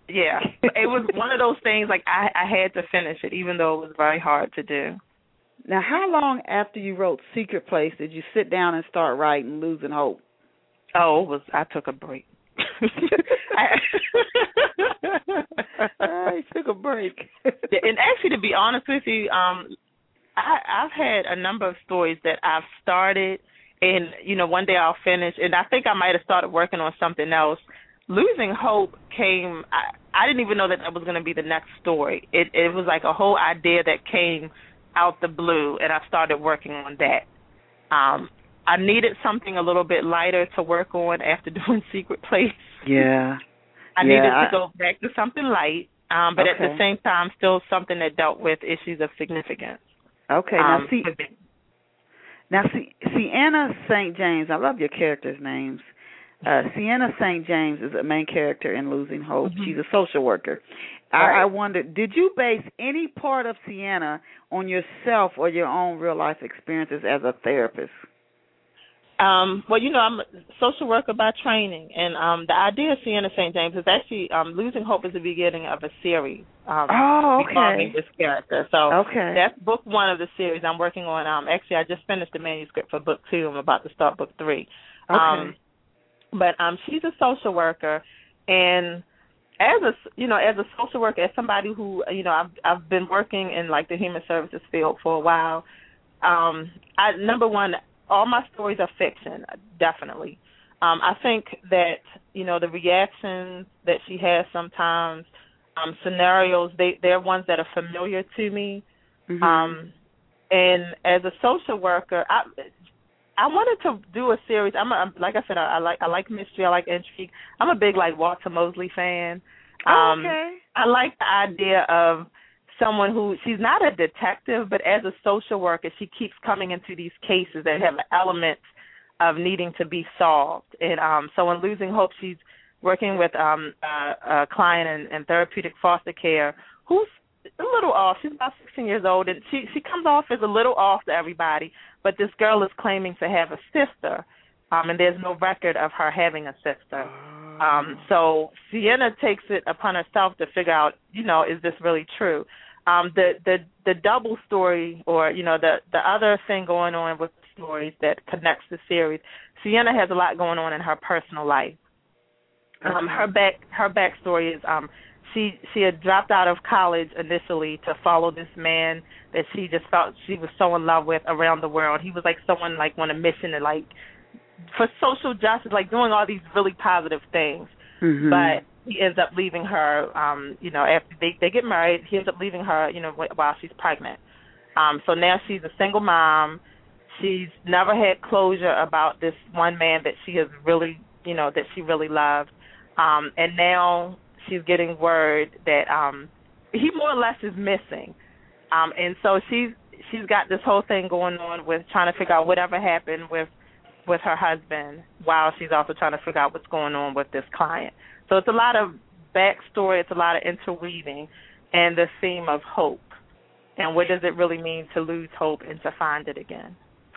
Speaker 3: Yeah, it was one of those things. Like I, I had to finish it, even though it was very hard to do.
Speaker 1: Now, how long after you wrote Secret Place did you sit down and start writing Losing Hope?
Speaker 3: Oh, it was. I took a break.
Speaker 1: I took a break.
Speaker 3: and actually, to be honest with you, um, I, I've had a number of stories that I've started, and you know, one day I'll finish. And I think I might have started working on something else losing hope came i i didn't even know that that was going to be the next story it it was like a whole idea that came out the blue and i started working on that um i needed something a little bit lighter to work on after doing secret place
Speaker 1: yeah
Speaker 3: i
Speaker 1: yeah,
Speaker 3: needed to
Speaker 1: I,
Speaker 3: go back to something light um but at the
Speaker 1: Okay.
Speaker 3: same time still something that dealt with issues of significance
Speaker 1: okay now
Speaker 3: um,
Speaker 1: see now see see anna st james i love your characters names uh Sienna St. James is a main character in Losing Hope. Mm-hmm. She's a social worker. Right. I, I wonder, did you base any part of Sienna on yourself or your own real life experiences as a therapist?
Speaker 3: Um, well, you know, I'm a social worker by training, and um, the idea of Sienna St. James is actually um, Losing Hope is the beginning of a series. Um,
Speaker 1: oh, okay.
Speaker 3: this character. So
Speaker 1: okay.
Speaker 3: that's book one of the series I'm working on. Um, actually, I just finished the manuscript for book two. I'm about to start book three.
Speaker 1: Okay.
Speaker 3: Um, but um, she's a social worker, and as a you know as a social worker, as somebody who you know I've I've been working in like the human services field for a while. Um, I number one all my stories are fiction, definitely. Um, I think that you know the reactions that she has sometimes, um, scenarios they they're ones that are familiar to me.
Speaker 1: Mm-hmm.
Speaker 3: Um, and as a social worker, I I wanted to do a series. I'm a, like I said, I, I like I like mystery, I like intrigue. I'm a big like Walter Mosley fan.
Speaker 1: Um, okay.
Speaker 3: I like the idea of someone who she's not a detective, but as a social worker, she keeps coming into these cases that have elements of needing to be solved. And um, so, in losing hope, she's working with um, a, a client in, in therapeutic foster care who's a little off. She's about 16 years old, and she she comes off as a little off to everybody. But this girl is claiming to have a sister, um, and there's no record of her having a sister. Um, so Sienna takes it upon herself to figure out, you know, is this really true? um the the the double story or you know the the other thing going on with stories that connects the series sienna has a lot going on in her personal life um her back her backstory is um she she had dropped out of college initially to follow this man that she just felt she was so in love with around the world he was like someone like on a mission to like for social justice like doing all these really positive things
Speaker 1: mm-hmm.
Speaker 3: but he ends up leaving her um you know after they they get married he ends up leaving her you know while she's pregnant um so now she's a single mom she's never had closure about this one man that she has really you know that she really loved um and now she's getting word that um he more or less is missing um and so she's she's got this whole thing going on with trying to figure out whatever happened with with her husband while she's also trying to figure out what's going on with this client so it's a lot of backstory, it's a lot of interweaving, and the theme of hope. And what does it really mean to lose hope and to find it again?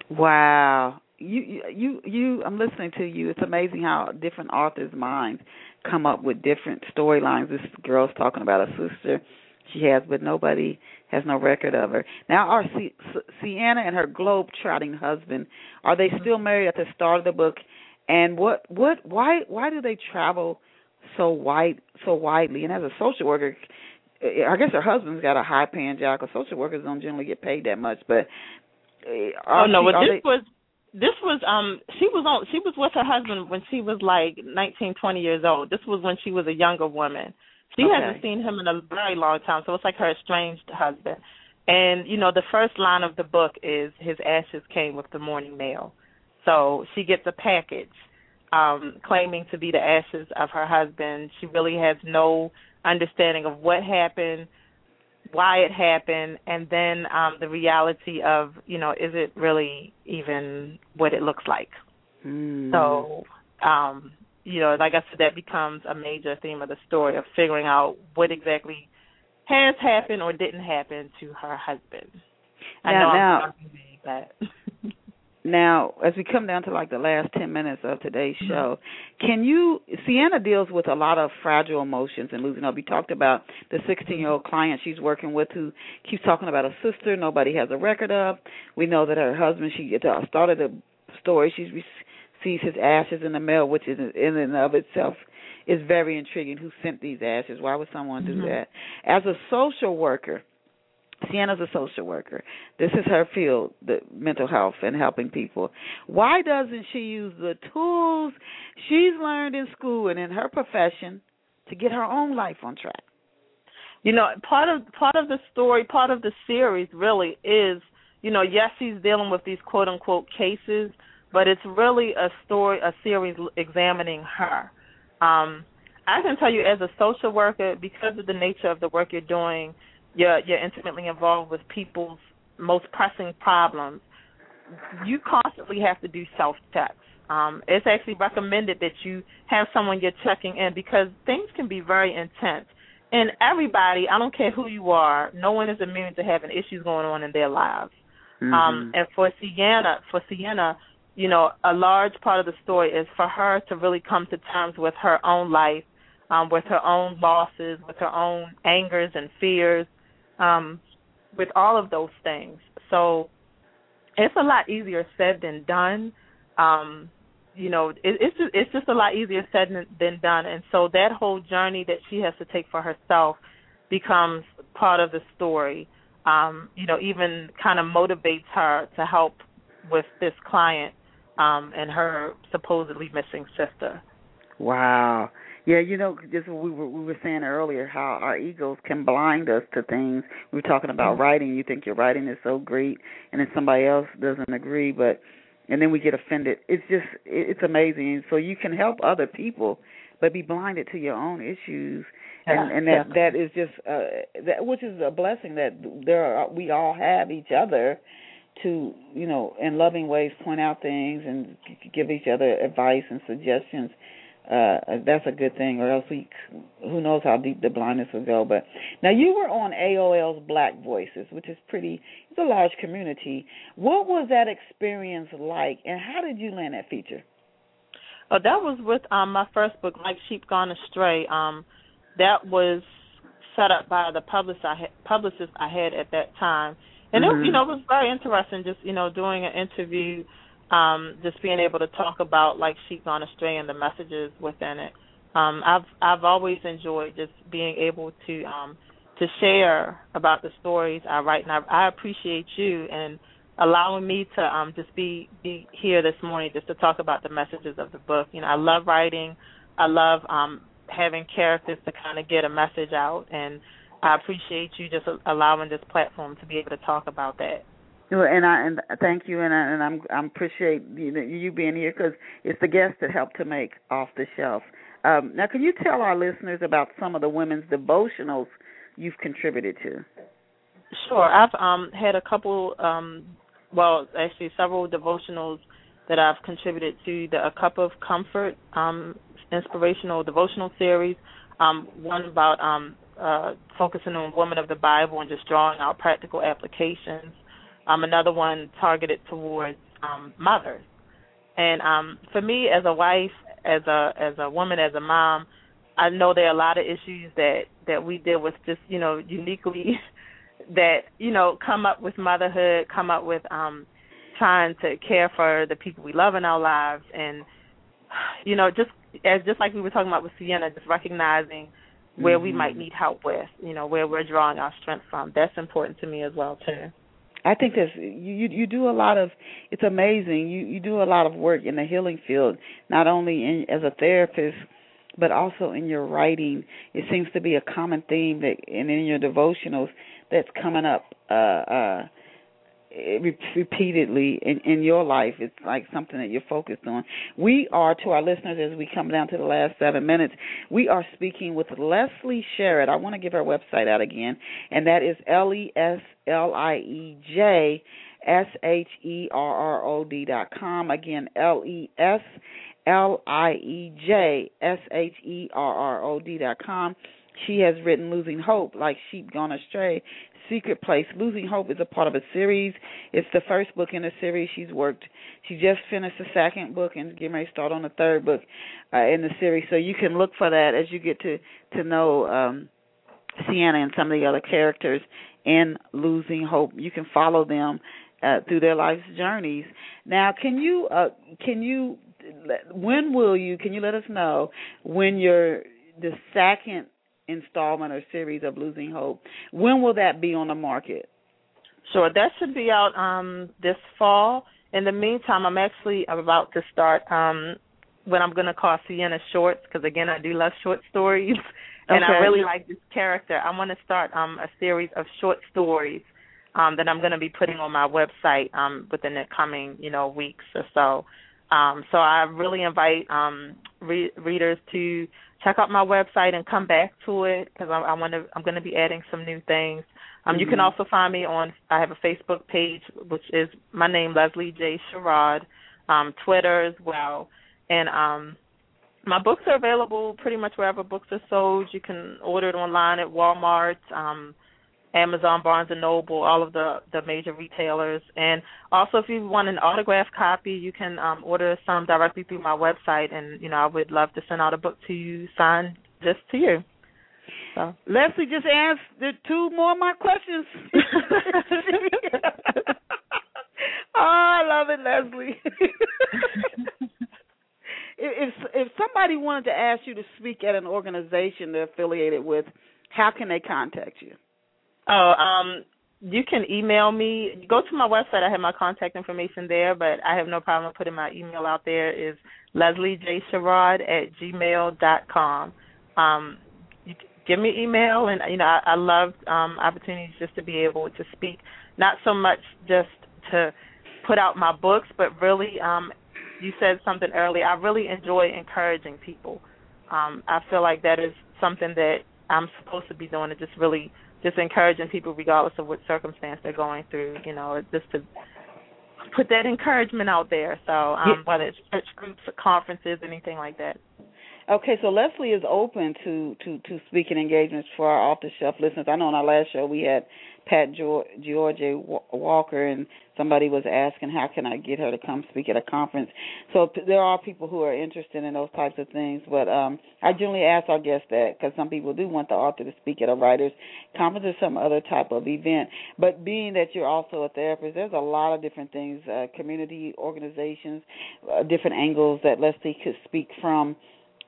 Speaker 1: Wow. You, you, you, I'm listening to you. It's amazing how different authors' minds come up with different storylines. This girl's talking about a sister she has, but nobody has no record of her. Now, are C- Sienna and her globe-trotting husband, are they
Speaker 3: Mm-hmm.
Speaker 1: still married at the start of the book? And what, what, why, why do they travel so wide so widely and as a social worker i guess her husband's got a high paying job because social workers don't generally get paid that much but eh,
Speaker 3: oh no but well, this they... was this was um she was on she was with her husband when she was like nineteen twenty years old this was when she was a younger woman she
Speaker 1: okay.
Speaker 3: hasn't seen him in a very long time so it's like her estranged husband and you know the first line of the book is his ashes came with the morning mail so she gets a package um, claiming to be the ashes of her husband. She really has no understanding of what happened, why it happened, and then um, the reality of, you know, is it really even what it looks like?
Speaker 1: Mm.
Speaker 3: So, um, you know, like I said, that becomes a major theme of the story of figuring out what exactly has happened or didn't happen to her husband.
Speaker 1: Now,
Speaker 3: I know
Speaker 1: now.
Speaker 3: I'm talking big, but.
Speaker 1: Now, as we come down to like the last 10 minutes of today's show, can you, Sienna deals with a lot of fragile emotions and losing hope. We talked about the 16 year old client she's working with who keeps talking about a sister nobody has a record of. We know that her husband, she uh, at the start of the story, she receives his ashes in the mail, which is in and of itself is very intriguing. Who sent these ashes? Why would someone do
Speaker 3: Mhm.
Speaker 1: that? As a social worker, Sienna's a social worker. This is her field, the mental health and helping people. Why doesn't she use the tools she's learned in school and in her profession to get her own life on track?
Speaker 3: you know part of part of the story part of the series really is you know yes she's dealing with these quote unquote cases but it's really a story a series examining her um i can tell you as a social worker because of the nature of the work you're doing you're you're intimately involved with people's most pressing problems you constantly have to do self checks um, it's actually recommended that you have someone you're checking in because things can be very intense. And everybody, I don't care who you are, no one is immune to having issues going on in their lives. Mm-hmm. Um, and for Sienna, for Sienna, you know, a large part of the story is for her to really come to terms with her own life, um, with her own losses, with her own angers and fears, um, with all of those things. So it's a lot easier said than done. Um, you know, it, it's just, it's just a lot easier said than, than done. And so that whole journey that she has to take for herself becomes part of the story. Um, you know, even kind of motivates her to help with this client um, and her supposedly missing sister.
Speaker 1: Wow. Yeah, you know, just we were we were saying earlier how our egos can blind us to things. We were talking about mm-hmm. writing. You think your writing is so great, and then somebody else doesn't agree, but and then we get offended. It's just it's amazing. So you can help other people, but be blinded to your own issues, yeah, and and that yeah. that is just uh, that which is a blessing that there are, we all have each other to you know in loving ways point out things and give each other advice and suggestions uh that's a good thing or else we who knows how deep the blindness will go but now you were on AOL's Black Voices which is pretty it's a large community what was that experience like and how did you land that feature
Speaker 3: oh that was with um my first book like sheep gone astray um that was set up by the publicist I had, publicist I had at that time and mm-hmm. it you know it was very interesting just you know doing an interview um just being able to talk about like sheep gone astray and the messages within it um i've i've always enjoyed just being able to um to share about the stories i write and i, I appreciate you and allowing me to um just be be here this morning just to talk about the messages of the book you know i love writing i love um having characters to kind of get a message out and I appreciate you just allowing this platform to be able to talk about that.
Speaker 1: Well, and I and thank you, and I and I'm I'm appreciate you, you being here because it's the guests that helped to make off the shelf. Um, now, can you tell our listeners about some of the women's devotionals you've contributed to?
Speaker 3: Sure, I've um, had a couple, um, well, actually several devotionals that I've contributed to the A Cup of Comfort um, inspirational devotional series, Um, one about uh, focusing on women of the Bible and just drawing out practical applications. Um, another one targeted towards um, mothers. And um, for me, as a wife, as a as a woman, as a mom, I know there are a lot of issues that that we deal with, just you know, uniquely that you know come up with motherhood, come up with um, trying to care for the people we love in our lives, and you know, just as just like we were talking about with Sienna, just recognizing where we mm-hmm. might need help with, you know, where we're drawing our strength from. That's important to me as well too.
Speaker 1: I think that's you you do a lot of it's amazing. You you do a lot of work in the healing field, not only in, as a therapist but also in your writing. It seems to be a common theme that and in your devotionals that's coming up uh uh repeatedly in, in your life. It's like something that you're focused on. We are, to our listeners, as we come down to the last seven minutes, we are speaking with Leslie Sherrod. I want to give her website out again, and that is L E S L I E J S H E R R O D dot com. Again, L E S L I E J S H E R R O D dot com. She has written Losing Hope, like Sheep Gone Astray, Secret Place. Losing Hope is a part of a series. It's the first book in the series she's worked. She just finished the second book and getting ready to start on the third book uh, in the series. So you can look for that as you get to to know um, Sienna and some of the other characters in Losing Hope. You can follow them uh, through their life's journeys. Now, can you uh, can you when will you can you let us know when your the second installment or series of Losing Hope. When will that be on the market?
Speaker 3: Sure, that should be out um, this fall. In the meantime, I'm actually about to start um, what I'm going to call Sienna Shorts because again, I do love short stories, and okay. I really like this character. I want to start um, a series of short stories um, that I'm going to be putting on my website um, within the coming, you know, weeks or so. Um, so I really invite um, re- readers to check out my website and come back to it because I, I want to. I'm going to be adding some new things. Um, mm-hmm. You can also find me on. I have a Facebook page which is my name Leslie J Sherrod. um, Twitter as well. And um, my books are available pretty much wherever books are sold. You can order it online at Walmart, um, Amazon, Barnes and Noble, all of the the major retailers. And also, if you want an autographed copy, you can um, order some directly through my website. And you know, I would love to send out a book to you, signed just to you. So.
Speaker 1: Leslie just asked two more of my questions. oh, I love it, Leslie. if if somebody wanted to ask you to speak at an organization they're affiliated with, how can they contact you?
Speaker 3: Oh, um, you can email me. Go to my website. I have my contact information there, but I have no problem putting my email out there. Is Leslie J Sherrod at gmail dot com. Um, you give me email, and you know I, I love um, opportunities just to be able to speak. Not so much just to put out my books, but really, um, you said something earlier. I really enjoy encouraging people. Um, I feel like that is something that I'm supposed to be doing, and just really just encouraging people regardless of what circumstance they're going through, you know, just to put that encouragement out there. So um, whether it's church groups or conferences, anything like that.
Speaker 1: Okay, so Leslie is open to to to speaking engagements for our off the shelf listeners. I know on our last show we had Pat George, George Walker and somebody was asking how can I get her to come speak at a conference. So there are people who are interested in those types of things, but um I generally ask our guests that because some people do want the author to speak at a writers conference or some other type of event. But being that you're also a therapist, there's a lot of different things, uh, community organizations, uh, different angles that Leslie could speak from.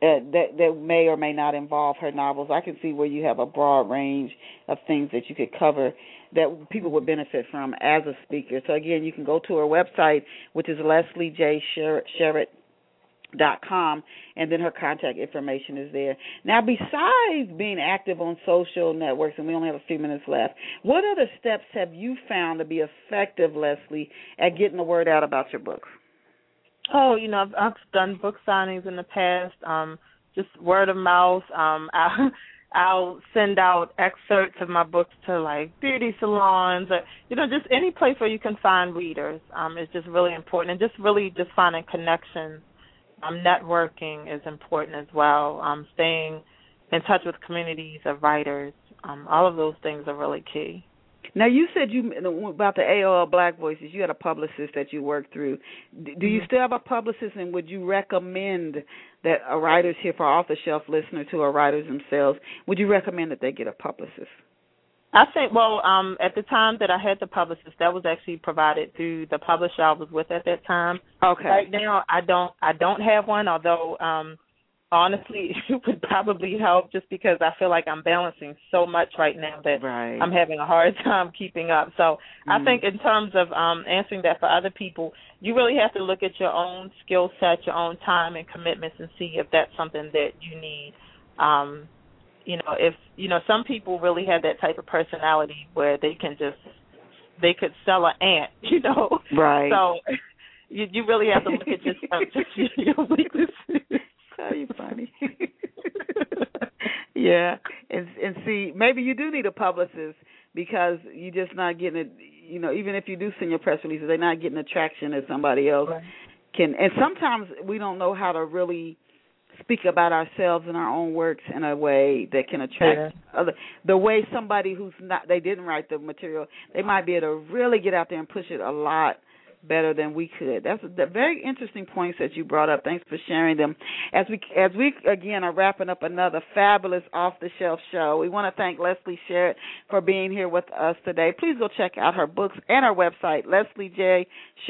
Speaker 1: Uh, that that may or may not involve her novels. I can see where you have a broad range of things that you could cover that people would benefit from as a speaker. So again, you can go to her website, which is Leslie J. Sherritt dot com and then her contact information is there. Now besides being active on social networks and we only have a few minutes left, what other steps have you found to be effective, Leslie, at getting the word out about your books?
Speaker 3: Oh, you know, I've, I've done book signings in the past. Um, just word of mouth. Um, I, I'll send out excerpts of my books to like beauty salons, or, you know, just any place where you can find readers. Um, is just really important, and just really just finding connections. Um, networking is important as well. Um, staying in touch with communities of writers. Um, all of those things are really key.
Speaker 1: Now you said you about the AOL Black Voices. You had a publicist that you worked through. Do
Speaker 3: Mm-hmm.
Speaker 1: you still have a publicist, and would you recommend that a writers here for off the shelf listeners who are writers themselves? Would you recommend that they get a publicist?
Speaker 3: I think well, um, at the time that I had the publicist, that was actually provided through the publisher I was with at that time.
Speaker 1: Okay.
Speaker 3: Right now, I don't I don't have one, although um, honestly it would probably help just because I feel like I'm balancing so much right now that
Speaker 1: right.
Speaker 3: I'm having a hard time keeping up. So mm-hmm. I think in terms of um answering that for other people, you really have to look at your own skill set, your own time and commitments and see if that's something that you need. Um you know, if you know, some people really have that type of personality where they can just they could sell an ant, you know.
Speaker 1: Mm. Right.
Speaker 3: So you you really have to look at yourself your weaknesses.
Speaker 1: Oh, you funny. yeah, and and see, maybe you do need a publicist because you're just not getting it. You know, even if you do send your press releases, they're not getting the traction that somebody else right. can. And sometimes we don't know how to really speak about ourselves and our own works in a way that can attract yeah. other the way somebody who's not they didn't write the material they might be able to really get out there and push it a lot better than we could. That's the very interesting points that you brought up. Thanks for sharing them. As we as we again are wrapping up another fabulous off the shelf show, we want to thank Leslie Sherritt for being here with us today. Please go check out her books and her website,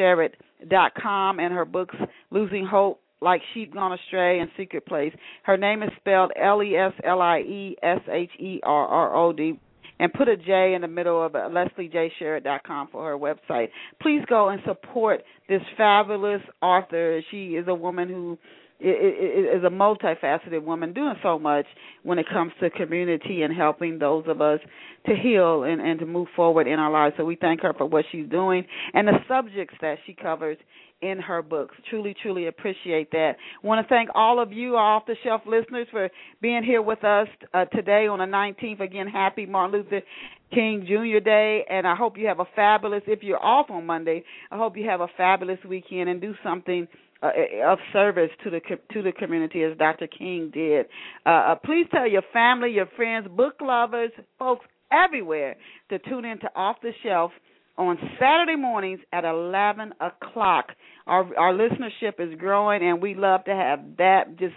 Speaker 1: lesliejsherritt.com, and her books, Losing Hope. Like Sheep Gone Astray and Secret Place. Her name is spelled L E S L I E S H E R R O D and put a J in the middle of LeslieJSherrod.com for her website. Please go and support this fabulous author. She is a woman who is a multifaceted woman doing so much when it comes to community and helping those of us to heal and, and to move forward in our lives. So we thank her for what she's doing and the subjects that she covers in her books. Truly, truly appreciate that. I want to thank all of you, our off the shelf listeners, for being here with us uh, today on the 19th. Again, happy Martin Luther King Jr. Day, and I hope you have a fabulous, if you're off on Monday, I hope you have a fabulous weekend and do something. Uh, of service to the to the community as Dr. King did. Uh, please tell your family, your friends, book lovers, folks everywhere to tune in to Off the Shelf on Saturday mornings at 11 o'clock. Our our listenership is growing, and we love to have that just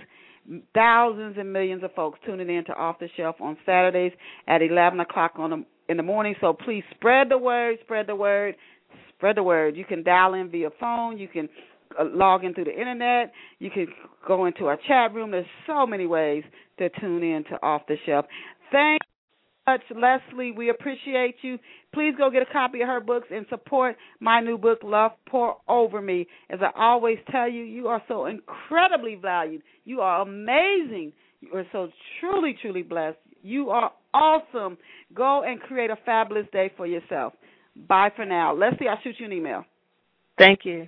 Speaker 1: thousands and millions of folks tuning in to Off the Shelf on Saturdays at 11 o'clock on the, in the morning. So please spread the word, spread the word, spread the word. You can dial in via phone. You can uh, log in through the internet. You can go into our chat room. There's so many ways to tune in to Off the Shelf. Thank much, Leslie. We appreciate you. Please go get a copy of her books and support my new book, Love Pour Over Me. As I always tell you, you are so incredibly valued. You are amazing. You are so truly, truly blessed. You are awesome. Go and create a fabulous day for yourself. Bye for now. Leslie, I'll shoot you an email.
Speaker 3: Thank you.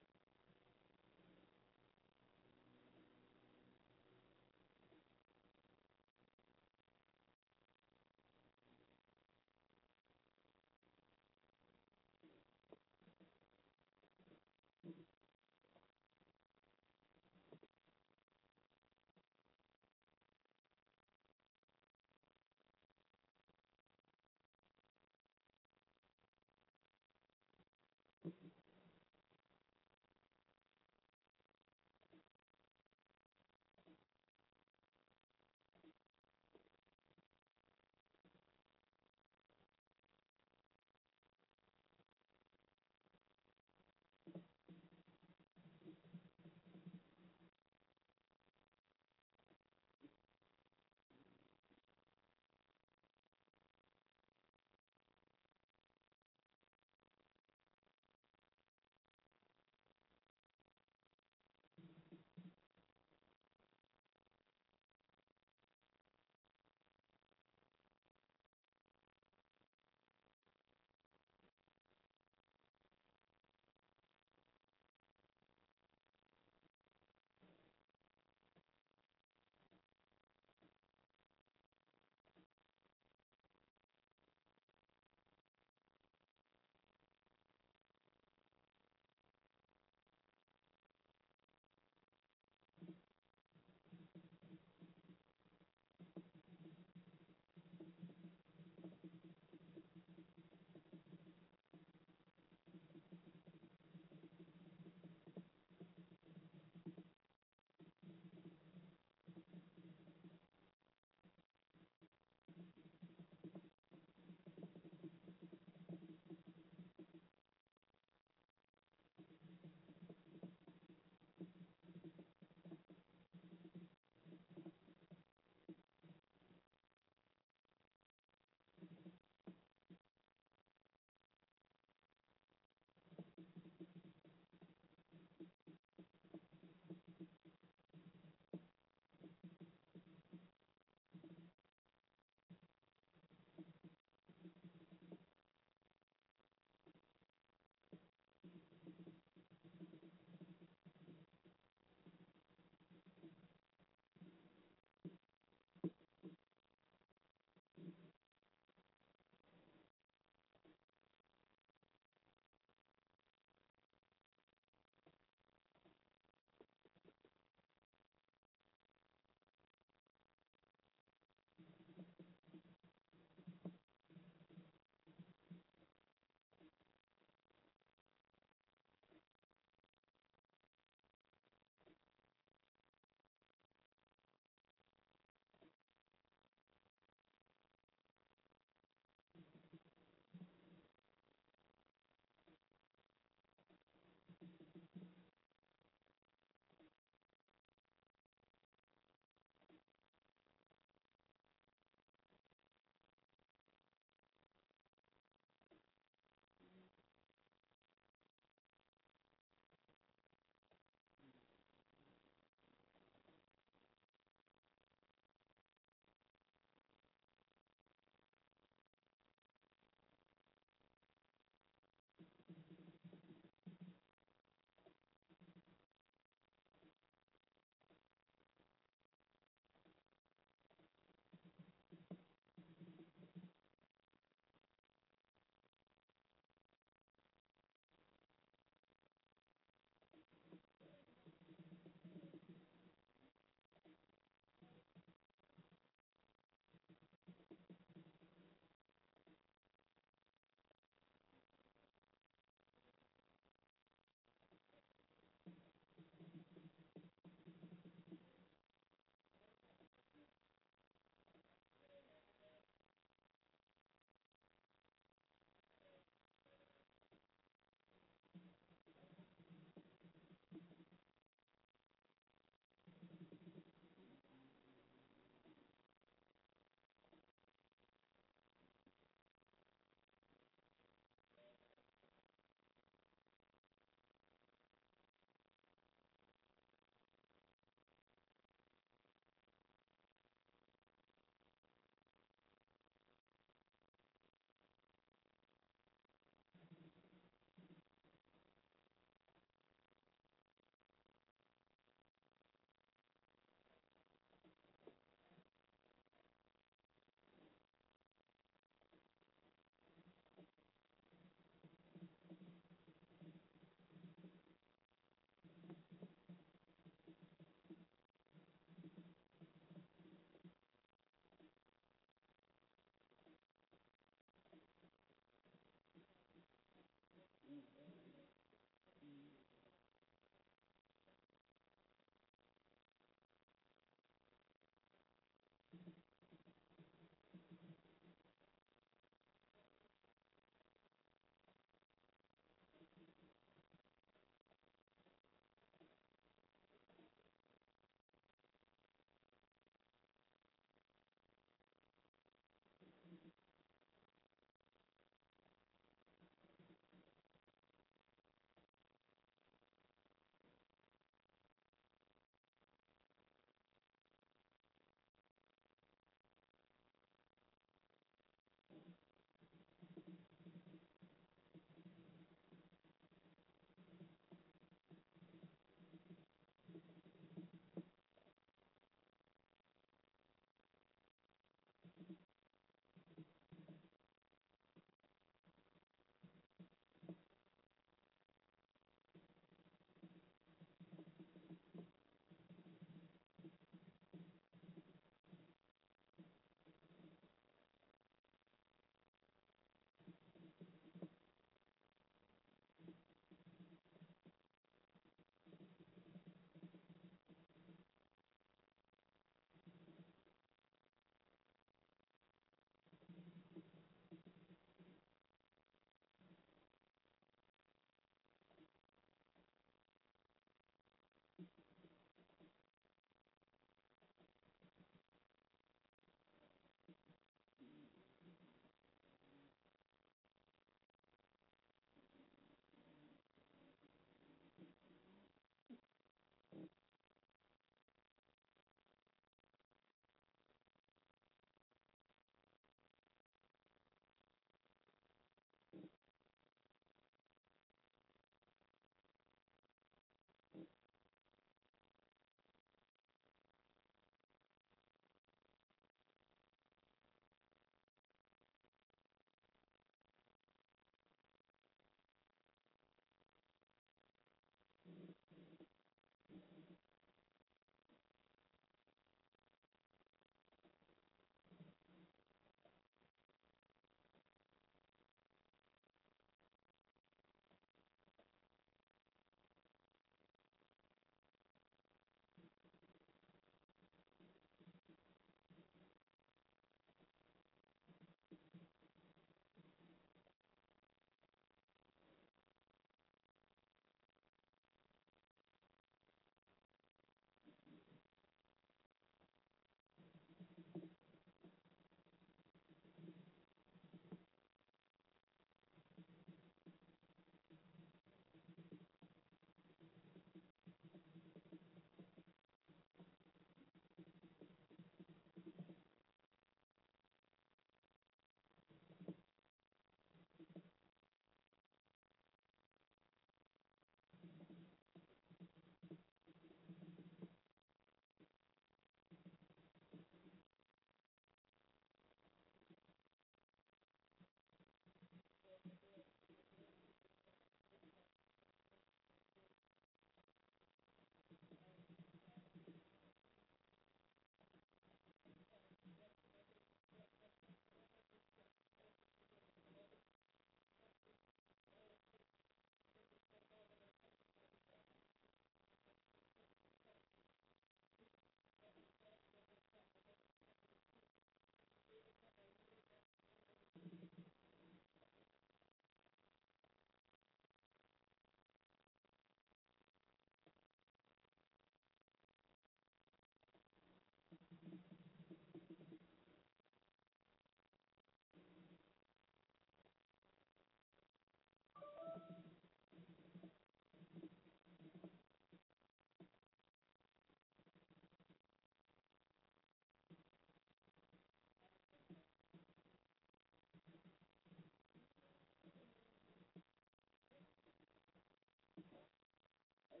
Speaker 4: I'm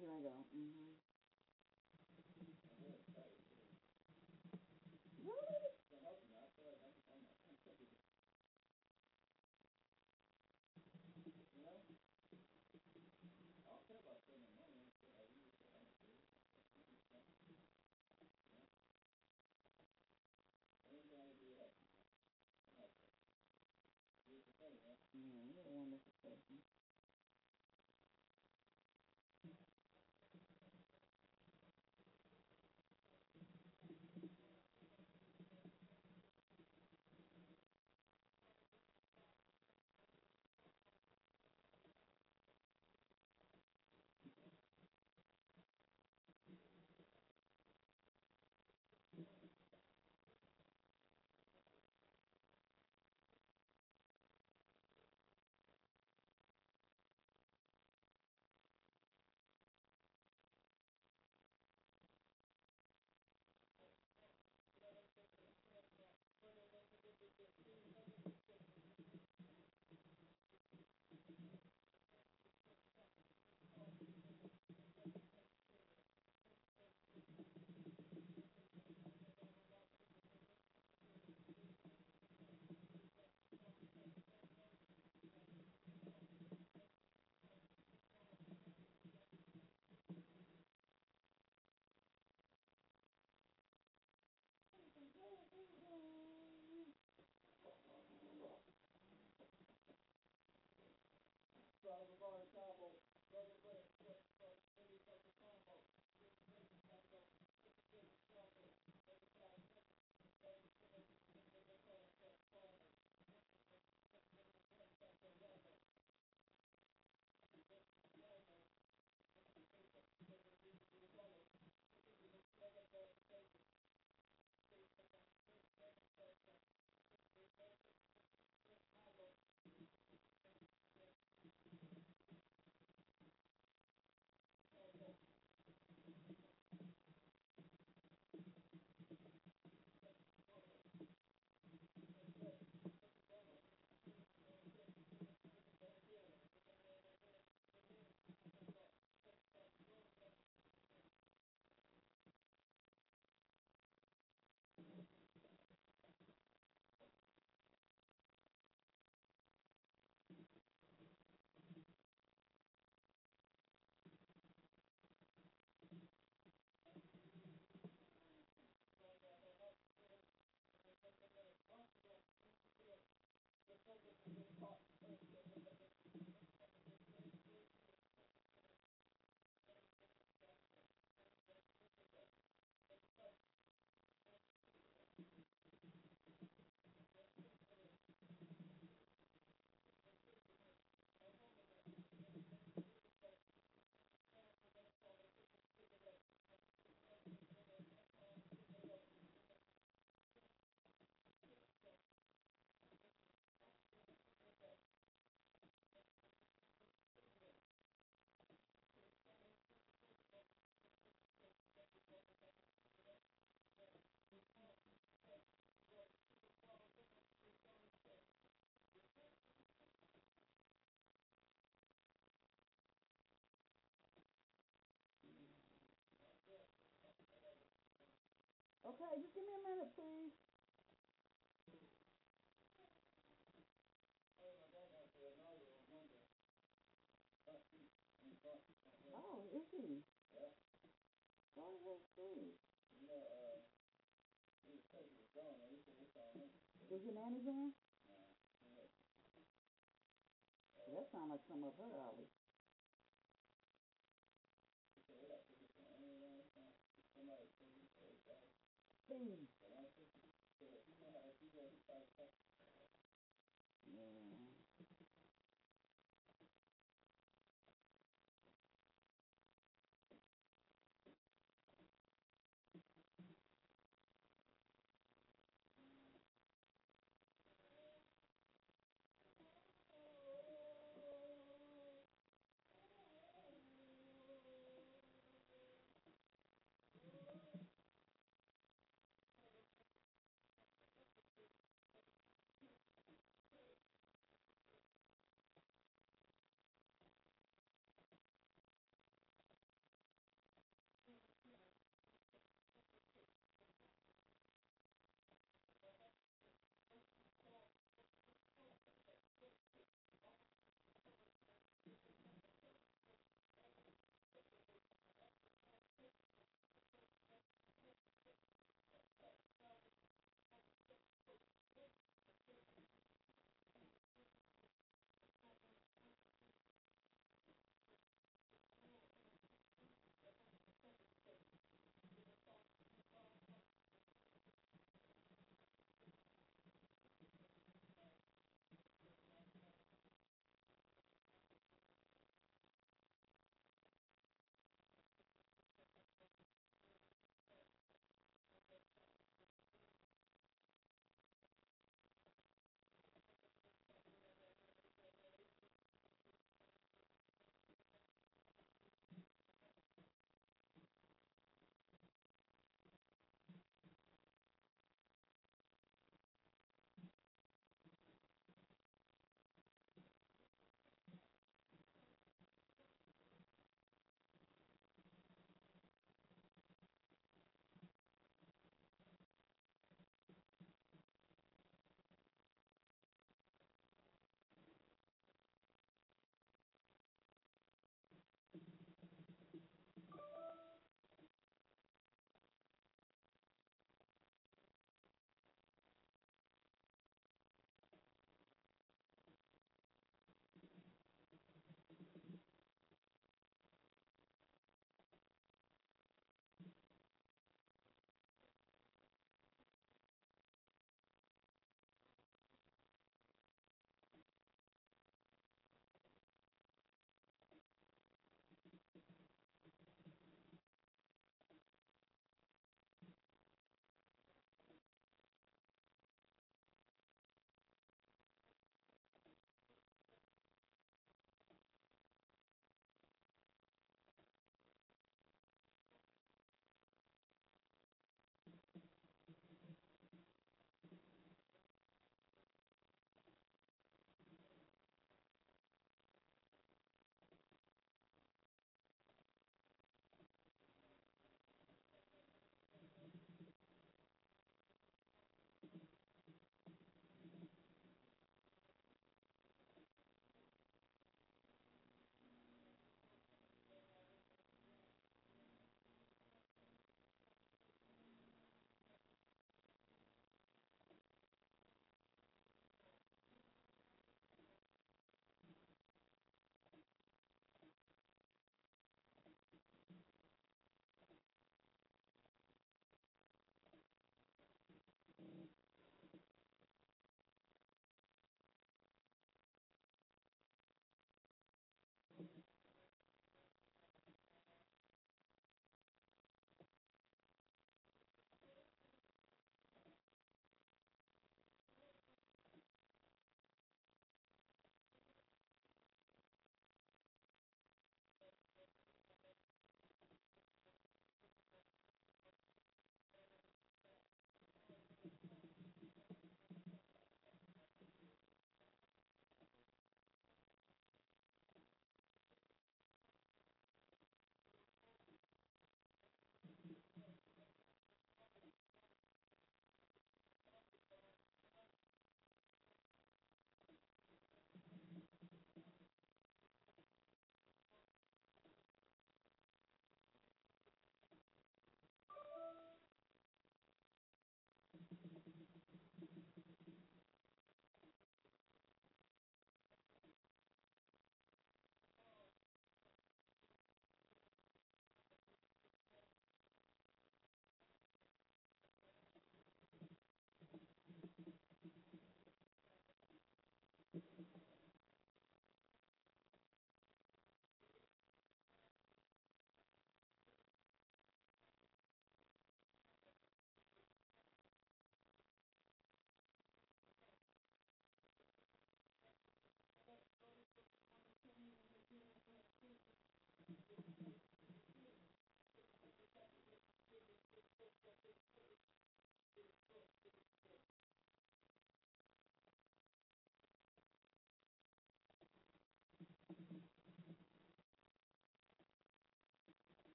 Speaker 4: gonna go. Mm-hmm. Okay, just give me a minute, please. Oh, is he? What is he? Is your nanny gone? That sounds like some of her, Ollie. Please. Yeah.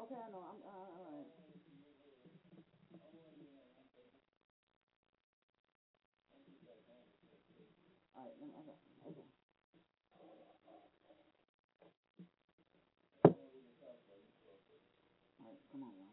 Speaker 4: Okay, I know. I'm uh, all right. All right, let me, okay, okay. All right, come on, y'all.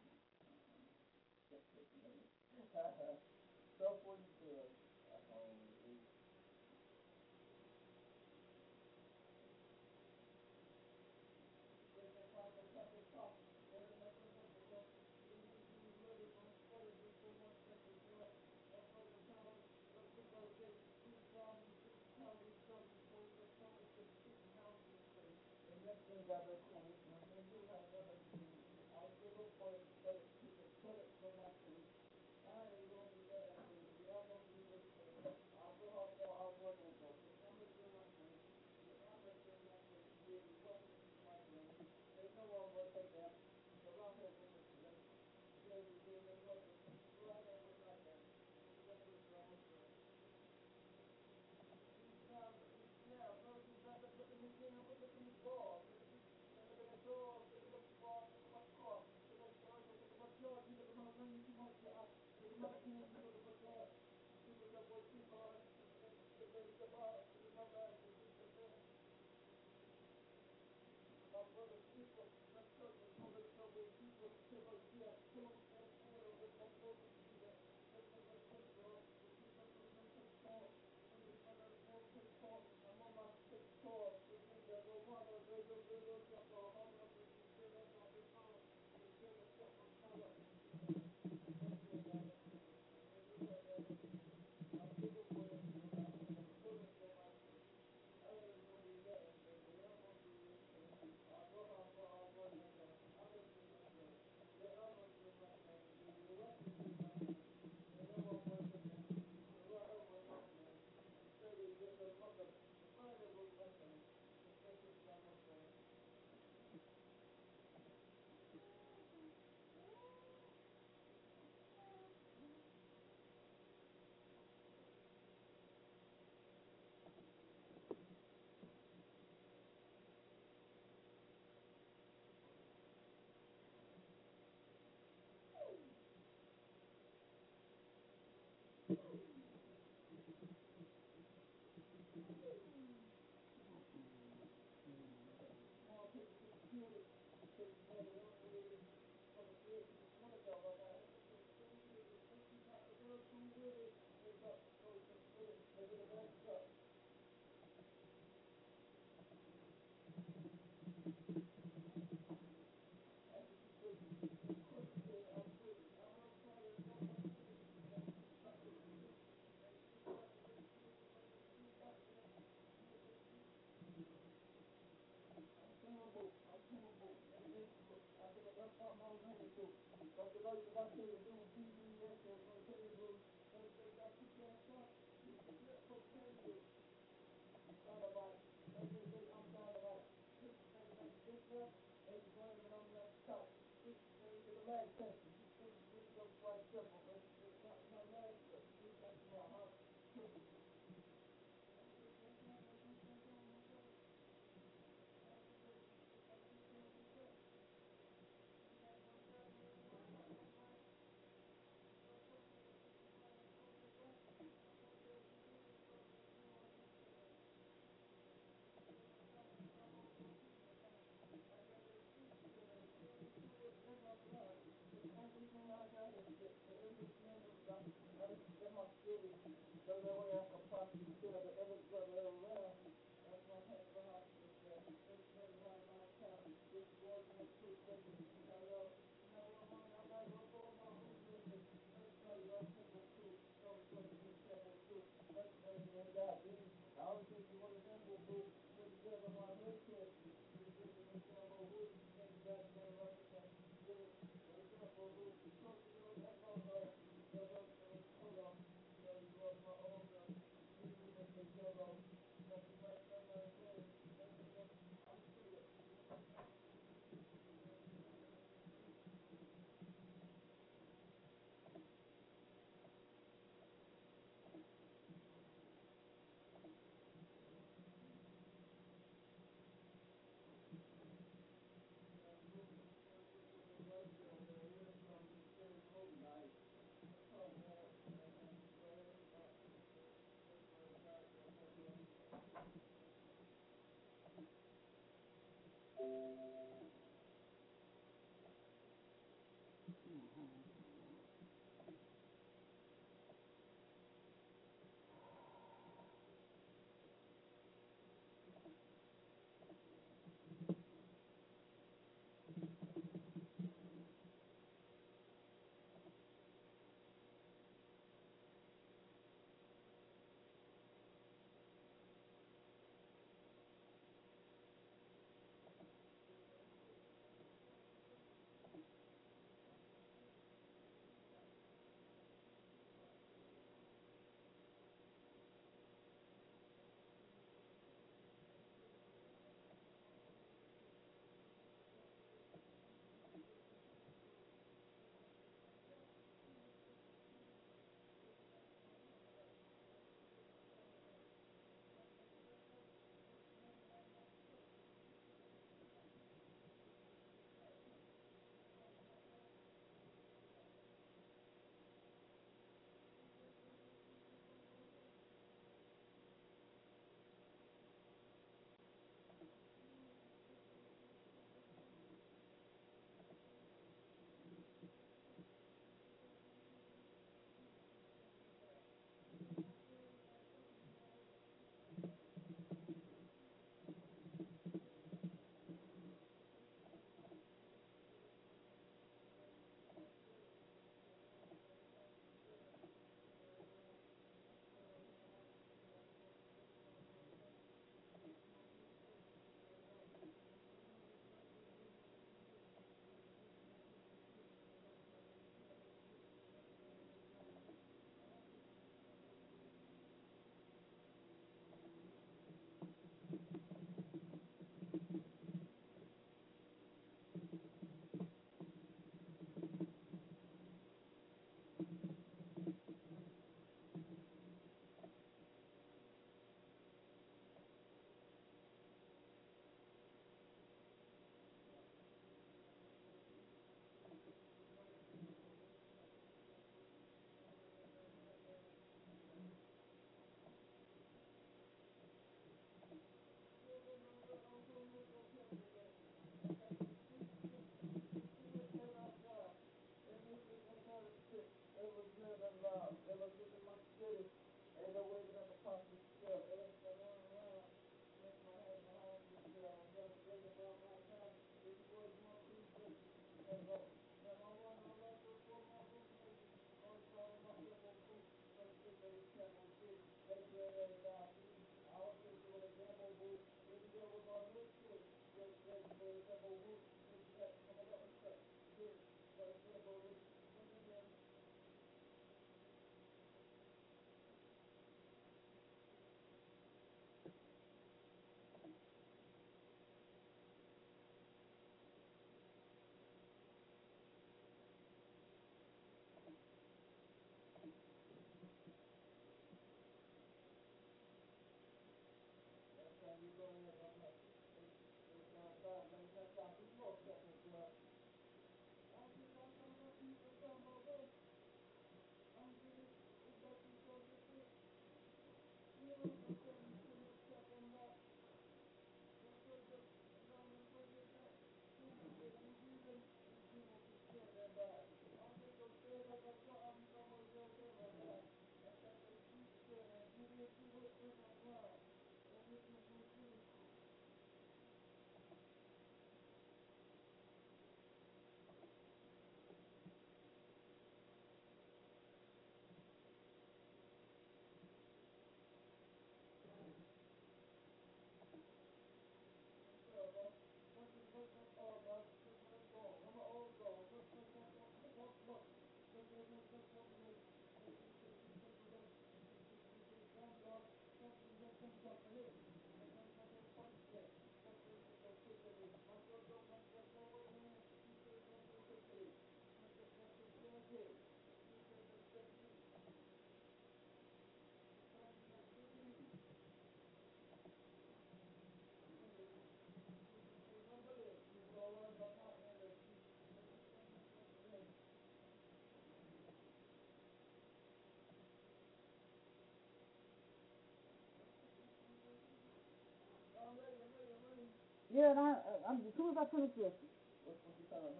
Speaker 4: Yeah, Yeah, and I, I'm, as soon as I finish this,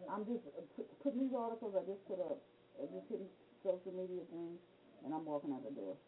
Speaker 4: I'm just putting these articles I just put up, I just hitting social media things, and I'm walking out the door.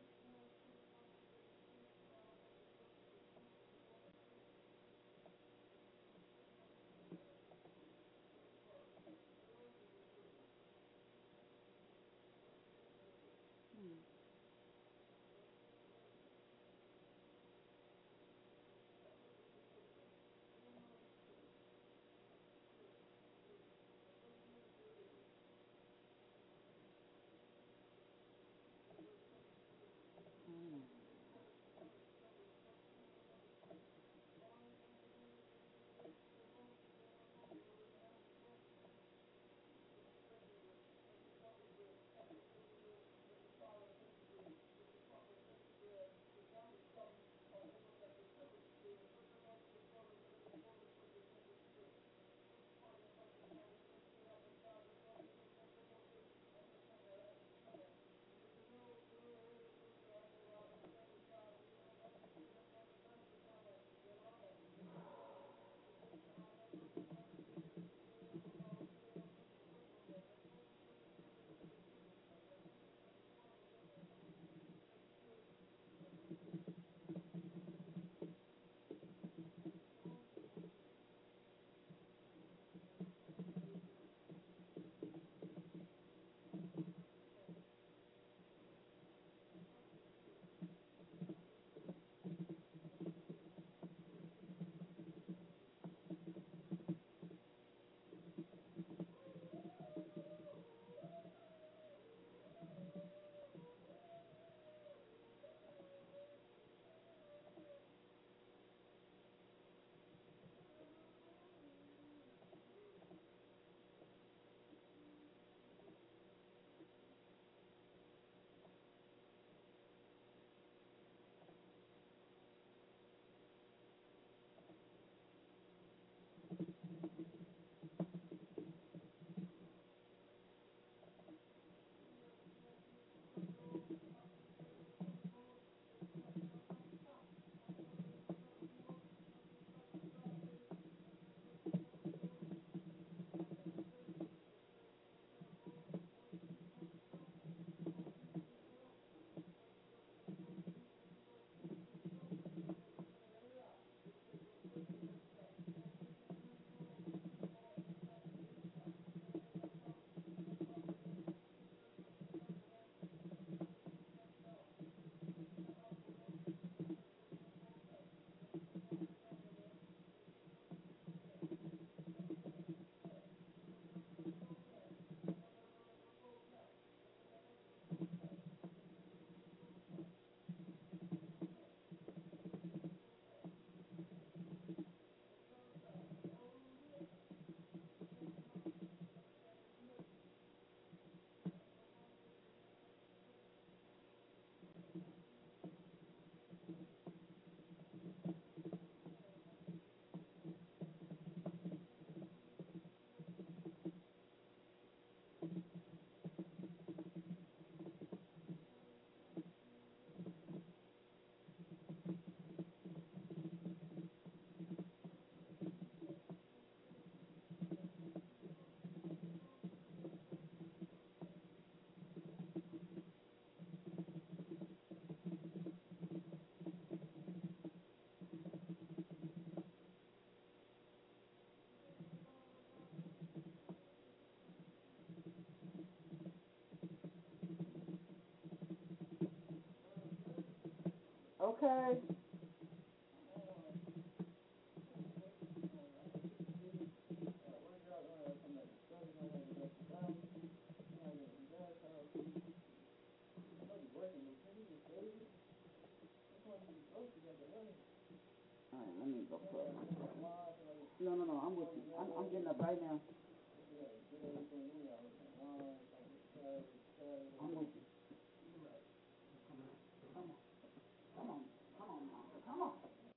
Speaker 1: Yes. okay? All right, let me go for it. No, no, no, I'm with you. I'm, I'm getting up right now.